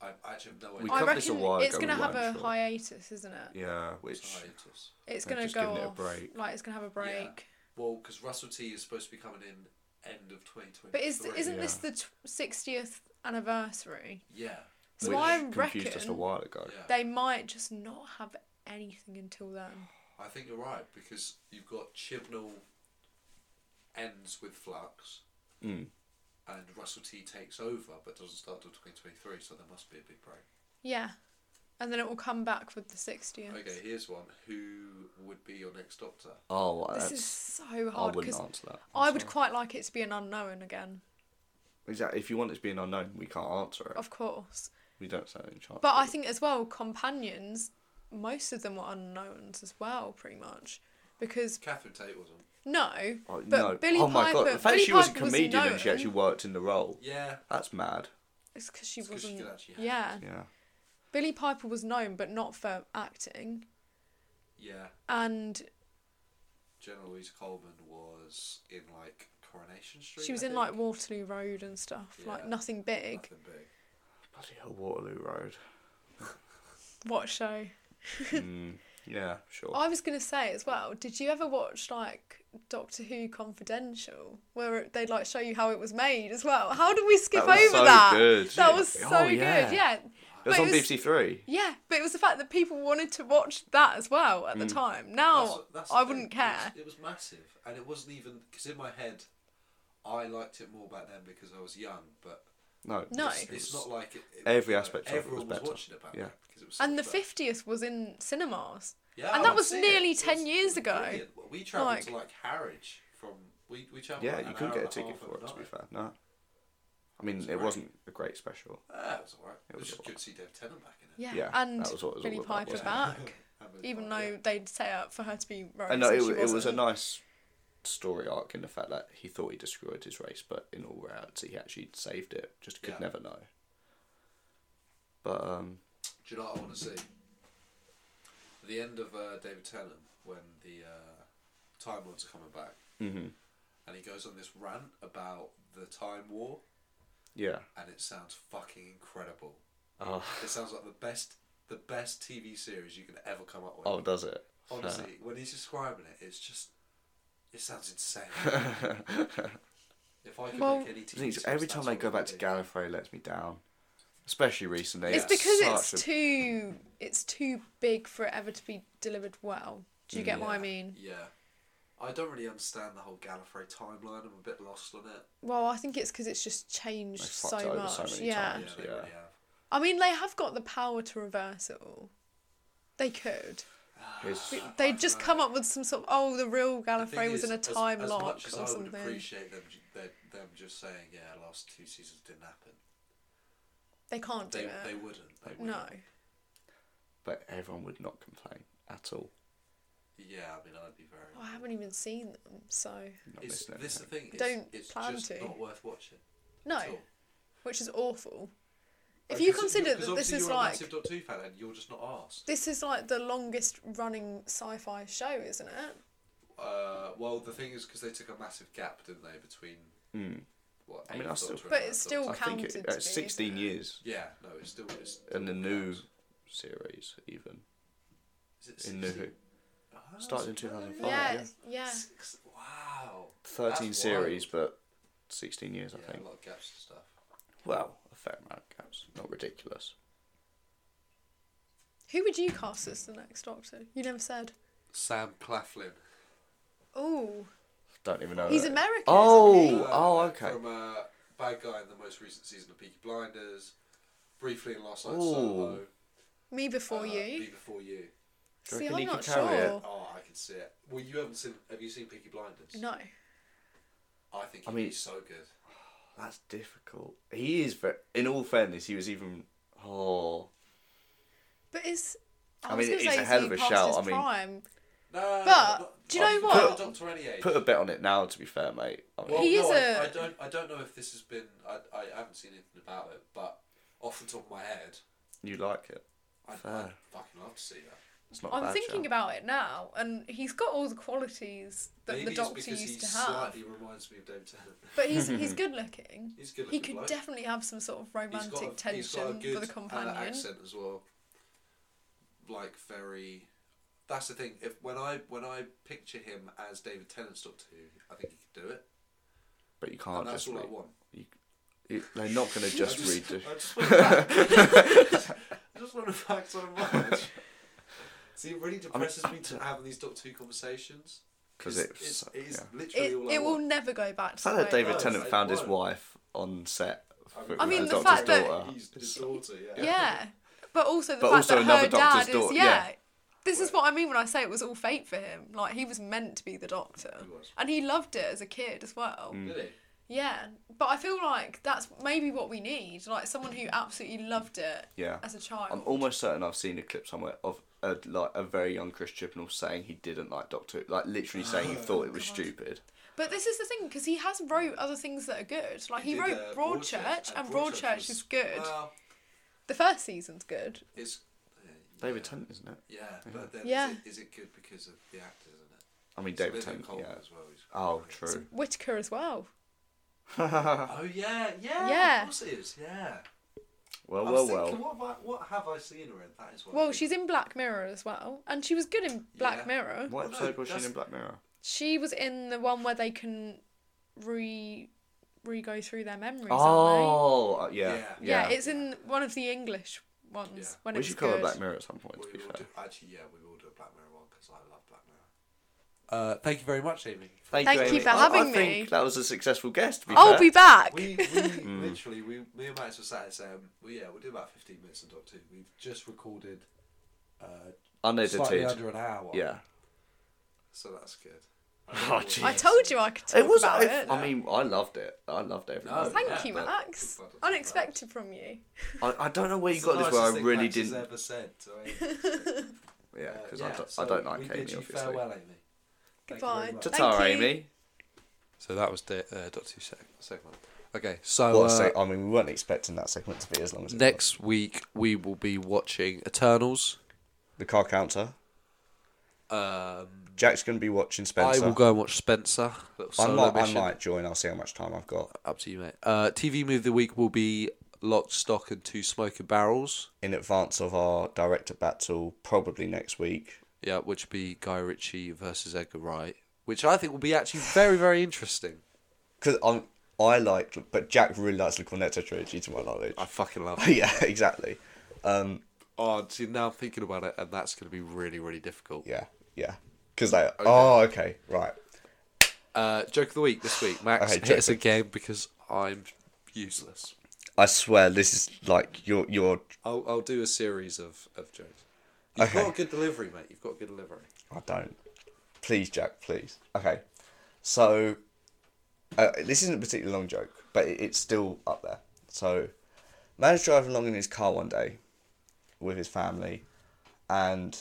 I I actually have no idea.
We
I
covered this a
reckon
while
it's
ago,
going to
we
have a
weren't sure.
hiatus, isn't it?
Yeah,
It's
which
hiatus.
It's
They're
going to
just
go
giving it a
off,
break.
Like it's going to have a break.
Well, because Russell T is supposed to be coming in end of twenty twenty.
But is isn't this
Yeah.
the sixtieth anniversary?
Yeah.
So
which
I
confused us a
reckon
while ago.
Yeah.
they might just not have anything until then.
I think you're right because you've got Chibnall ends with Flux,
Mm.
and Russell T takes over, but doesn't start till twenty twenty three. So there must be a big break.
Yeah. and then it will come back with the 60th.
Okay, here's one. Who would be your next doctor?
Oh, well,
This
that's,
is so
I
hard
wouldn't
because
answer that.
I would quite like it to be an unknown again,
Exactly. If you want it to be an unknown, we can't answer it.
of course.
We don't stand any chance.
But I think as well, companions, most of them were unknowns as well, pretty much. Because
Catherine Tate was on.
no,
Oh,
but
no.
Billy
oh
Piper.
my god! The fact
Billy
she was a
Piper was
comedian and she
known.
actually worked in the role.
Yeah.
That's mad.
It's because she
'cause she
wasn't.
could actually act.
yeah.
Yeah.
Billy Piper was known, but not for acting.
Yeah.
And
Jenna Louise Coleman was in like Coronation Street.
she was
I
in
think.
like Waterloo Road and stuff, like
Yeah.
nothing big.
Nothing big.
Bloody hell, Waterloo Road.
What show?
mm, yeah, sure.
I was gonna say as well. Did you ever watch like Doctor Who Confidential, where they like show you how it was made as well? How did we skip
That was
over
so
that?
good.
That was so
Oh, yeah.
good. Yeah.
it was
but
on
it was-
BBC Three.
Yeah, but it was the fact that people wanted to watch that as well at the
Mm.
time. Now
That's- that's
Oh, I
the
wouldn't
thing, it was-
care.
It was, massive, and it wasn't even because in my head, I liked it more back then because I was young. But
No.
No.
it's, it's not like it, it-
Every
you know,
aspect of it was
everyone
better.
watching it back
Yeah.
then because it was so
And the
fresh.
fiftieth was in cinemas.
Yeah, I
and that
would
was
see it.
nearly
It
10
was
years ago.
brilliant. Well, We travelled to
Like-
like Harwich from we we travelled.
Yeah,
like,
you
an
couldn't
hour
get a
and
ticket
half
for
at
it. To be
night.
fair, no. I mean, it
great.
wasn't a great special.
Ah, it was alright. It was
was
just good to see Dave Tennant back in it.
Yeah,
Yeah,
and
that was what it was
Billy
all about,
Piper
wasn't
back,
Have a-
even
yeah.
though they'd set up for her to be Rose.
And no,
and
it,
she
wa- it was a
wasn't.
nice story arc in the fact that he thought he destroyed his race, but in all reality, he actually saved it. Just could
Yeah.
never know. But um,
Do you know what I want to see? The end of uh, David Tennant when the uh, Time Lords are coming back,
Mm-hmm.
and he goes on this rant about the Time War,
yeah,
and it sounds fucking incredible.
oh,
It sounds like the best, the best TV series you can ever come up with.
oh, does it?
Honestly, when he's describing it, it's just, it sounds insane. if I could
Well-
make any
The
TV
thing is,
series,
every
that's
time they
what
go
it
back
would
to
be.
Gallifrey, it lets me down. Especially recently.
It's
It's
because
such
it's
a-
too it's too big for it ever to be delivered well. Do you get what I
Yeah,
mean?
Yeah. I don't really understand the whole Gallifrey timeline. I'm a bit lost on it.
Well, I think it's because it's just changed
They fucked it
so
over
much.
so many
yeah,
times.
Yeah, they
Yeah.
really have.
I mean they have got the power to reverse it all. They could.
it's-
They just come up with some sort of oh, the real
The thing
Gallifrey was
is,
in a
as-
time
as,
lock
much as
or
I
something.
would appreciate them, ju- them, them just saying, yeah, last two seasons didn't happen.
They can't do
They,
it.
they wouldn't. They wouldn't.
no.
But everyone would not complain at all.
Yeah, I mean, I'd be very.
Well, I haven't even seen them, so
Not
It's,
missing
this is the thing.
anything.
It's,
Don't
it's
plan
just
to.
not worth watching.
no,
At all.
which is awful. If
Because
you
it-
consider
because
that this
obviously
is
you're
like
a massive Doctor Who fan and you're just not asked.
This is like the longest running sci fi show, isn't it?
Uh, well, the thing is, because they took a massive gap, didn't they, between what?
Hmm. I mean,
Eighth
I still-
Doctor and
But
Ninth
it's still
I
Doctor.
think
counted
it,
to
uh,
be,
16
isn't it?
years
Yeah, no, it's still it's still
in the new
gaps.
series, even.
Is it
In New
16?
Who.
Oh,
Started in
it's really
2005.
yeah,
yeah.
yeah.
Six- Wow.
13
That's
series,
wild.
but 16 years, I
Yeah, a
think.
lot of gaps and stuff.
Well, a fair amount of gaps. Not ridiculous.
Who would you cast as the next Doctor? You never said.
Sam Claflin.
Oh,
Don't even know.
he's
that.
American. isn't
Uh, Oh,
he?
oh, okay.
From uh, Bad Guy in the most recent season of Peaky Blinders, briefly in Last Night
Ooh.
Solo.
me before
uh, Be
you.
Before You.
Do you
See,
reckon he
I'm not
could carry it?
sure.
Oh, I can see it. Well, you haven't seen. Have you seen Peaky Blinders?
No,
I think
I
he'd
mean-
be so good.
That's difficult. He is, but in all fairness, he was even. Oh,
but it's. I,
I
was
mean,
gonna
it's
say
a
he's
hell
been
of a
past
shout,
his
I mean-
prime.
No, no, no,
But,
no,
do you know
I'm
what?
not Doctor any age.
put a bet on it now. To be fair, mate. I mean,
Well,
He
no,
is
I,
a-
I don't. I don't know if this has been. I, I haven't seen anything about it, but off the top of my head,
you like it?
I'd, I'd
Fair.
fucking love to see that.
It's not. a
I'm
bad
thinking
shout.
about it now, and he's got all the qualities that
Maybe
the
it's
Doctor
because
used
he
to have.
slightly reminds me of David Tennant.
But he's he's good looking.
He's a good
He
looking
could
bloke.
definitely have some sort of
He's
romantic
got a- he's got a
tension
good
for the
uh,
companion.
accent as well. Like very. That's the thing. If when I when I picture him as David Tennant's Doctor Who, I think he could do it.
But you
And
can't
that's
Oh, just.
all I
Read.
want.
You, you, they're not going to just
I just,
read.
I
the-
just want a fact. I just want a fact on Marge. See, it really depresses me to have these Doctor Who conversations.
'Cause it's
it's,
so-
it's
yeah.
literally
It,
all I
it will
want.
never go back
The fact
to the
that
way it
David
was.
Tennant
it
found his
won't.
wife on set. for-
I mean,
with
the
doctor's
fact that-
daughter.
He's
is
his daughter, yeah.
Yeah, But also the
But
fact
also
that
another
her
doctor's
dad is
daughter,
yeah.
yeah.
This is what I mean when I say it was all fate for him. Like he was meant to be the doctor, and he loved it as a kid as well.
Mm.
Yeah, but I feel like that's maybe what we need, like someone who absolutely loved it
Yeah.
as a child.
I'm almost certain I've seen a clip somewhere of a, like a very young Chris Chibnall saying he didn't like Doctor, Who, like literally saying
Oh
he thought it was stupid.
But this is the thing because he has wrote other things that are good. Like he,
did,
wrote
uh,
Broadchurch, and Broadchurch,
was-
is good.
Well,
the first season's good.
it's
David Tennant, isn't it?
yeah, but then
Yeah.
Is, it, is it good because of the actors in it?
I mean
It's
David
Olivia
Tennant.
Colman
Yeah.
as well. who's-
Oh, true.
Whitaker as well.
Oh yeah, yeah,
Yeah.
Of course it is. Yeah.
Well,
I was
well,
thinking,
well.
What, have I- what have I seen her in? That is what.
Well, she's in Black Mirror as well, and she was good in Black
Yeah.
Mirror.
What
no,
episode was she
that's-
in Black Mirror?
She was in the one where they can re re go through their memories. aren't
Oh, uh, yeah,
Yeah.
they? yeah. It's in one of the English ones
Yeah.
when
we
it's
should cover
good.
Black Mirror at some point.
We
To be
will
fair.
do, actually, yeah, we will do a Black Mirror one because I love Black Mirror. Uh, thank you very much, Amy.
Thank you
Amy.
for
I- I,
having me. Oh,
think that was a successful guest. To be
I'll
fair.
be back.
We, we
Mm.
literally, we, me and Max were sat and saying, well, yeah, we'll do about 15 minutes on Doctor Who. We've just recorded uh, slightly
unedited.
under an hour.
Yeah.
So that's good.
Oh, jeez.
I told you I could talk
It was.
about
I,
it.
I mean, I loved it. I loved everything.
No,
Thank
yeah,
you,
but-
Max.
Good blood,
Unexpected from you.
I, I don't know where you
It's
got
the
this. Where
nicest
I
thing
really
Max has
didn't.
ever said to Amy.
Yeah,
Uh,
because I,
yeah,
don't,
so
I don't like
we
Amy.
bid you
Obviously.
farewell, Amy. Thank you very
Goodbye.
much.
Thank
Ta-ta,
you.
Amy.
So that was the uh, Doctor Who seg- segment. Okay, so
Well,
uh,
so, I mean, we weren't expecting that segment to be as long as it was.
next week we will be watching Eternals.
The car counter.
Um,
Jack's going to be watching
I
Spencer.
will go and watch Spencer. Little
I
solo
might, I
mission.
might join. I'll see how much time I've got.
Up to you, mate. Uh, TV movie of the week will be Lock, Stock, and Two Smoking Barrels.
In advance of our director battle, probably next week.
Yeah, which will be Guy Ritchie versus Edgar Wright, which I think will be actually very, very interesting.
Because I'm. I like, but Jack really likes the Cornetto trilogy, to my knowledge.
I fucking love it.
yeah, exactly. Um,
Oh, see, now I'm thinking about it, and that's going to be really, really difficult.
yeah, yeah. Because they. Oh, okay, right.
Uh, joke of the week this week, Max
Okay,
hit
joke
us
of-
again because I'm useless.
I swear, this is like your your.
I'll, I'll do a series of, of jokes. You've
Okay.
got a good delivery, mate. You've got a good delivery.
I don't. Please, Jack. Please. Okay. So, uh, this isn't a particularly long joke, but it, it's still up there. So, man's driving along in his car one day, with his family, and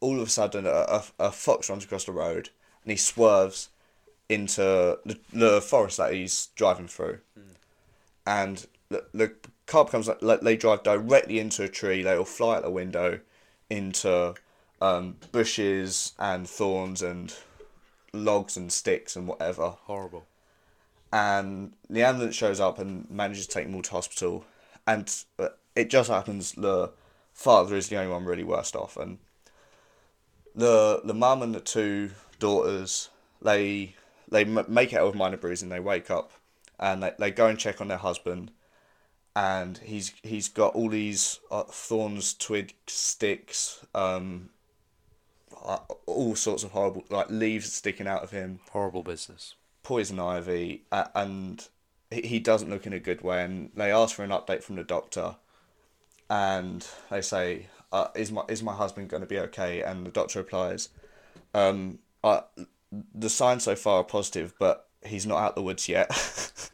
all of a sudden a, a, a fox runs across the road and he swerves into the, the forest that he's driving through and the, the car becomes like, like they drive directly into a tree they all fly out the window into um, bushes and thorns and logs and sticks and whatever
Horrible.
and the ambulance shows up and manages to take them all to hospital. And uh, it just happens the father is the only one really worst off, and the the mum and the two daughters they they m- make it out with minor bruising. They wake up and they, they go and check on their husband, and he's he's got all these uh, thorns, twigs, sticks, um, uh, all sorts of horrible like leaves sticking out of him
Horrible business.
poison ivy, uh, and he- he doesn't look in a good way. And they ask for an update from the doctor, and they say, uh, "Is my is my husband going to be okay?" And the doctor replies, um, uh, "The signs so far are positive, but he's not out the woods yet."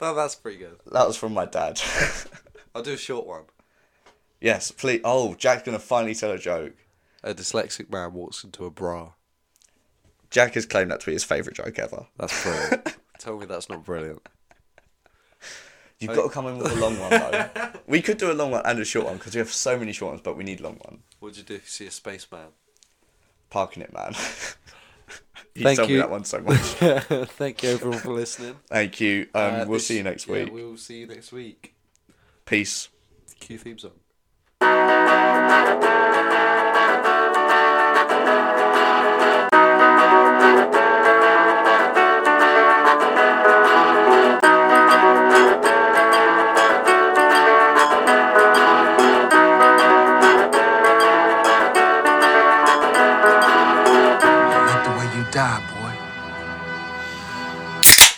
No, that's pretty good.
that was from my dad.
I'll do a short one.
yes, please. Oh, Jack's going to finally tell a joke.
A dyslexic man walks into a bra.
Jack has claimed that to be his favourite joke ever.
That's brilliant. Tell me that's not brilliant.
You've got to come in with a long one though. we could do a long one and a short one because we have so many short ones, but we need a long one.
What'd you do if you see a spaceman?
parking it, man. you
Thank
told
you.
me that one so much.
Thank you everyone for listening.
Thank you. Um,
Uh,
we'll
this-
see you next
yeah,
week.
we'll see you next week.
Peace.
Cue theme song.
I like the way you die, boy.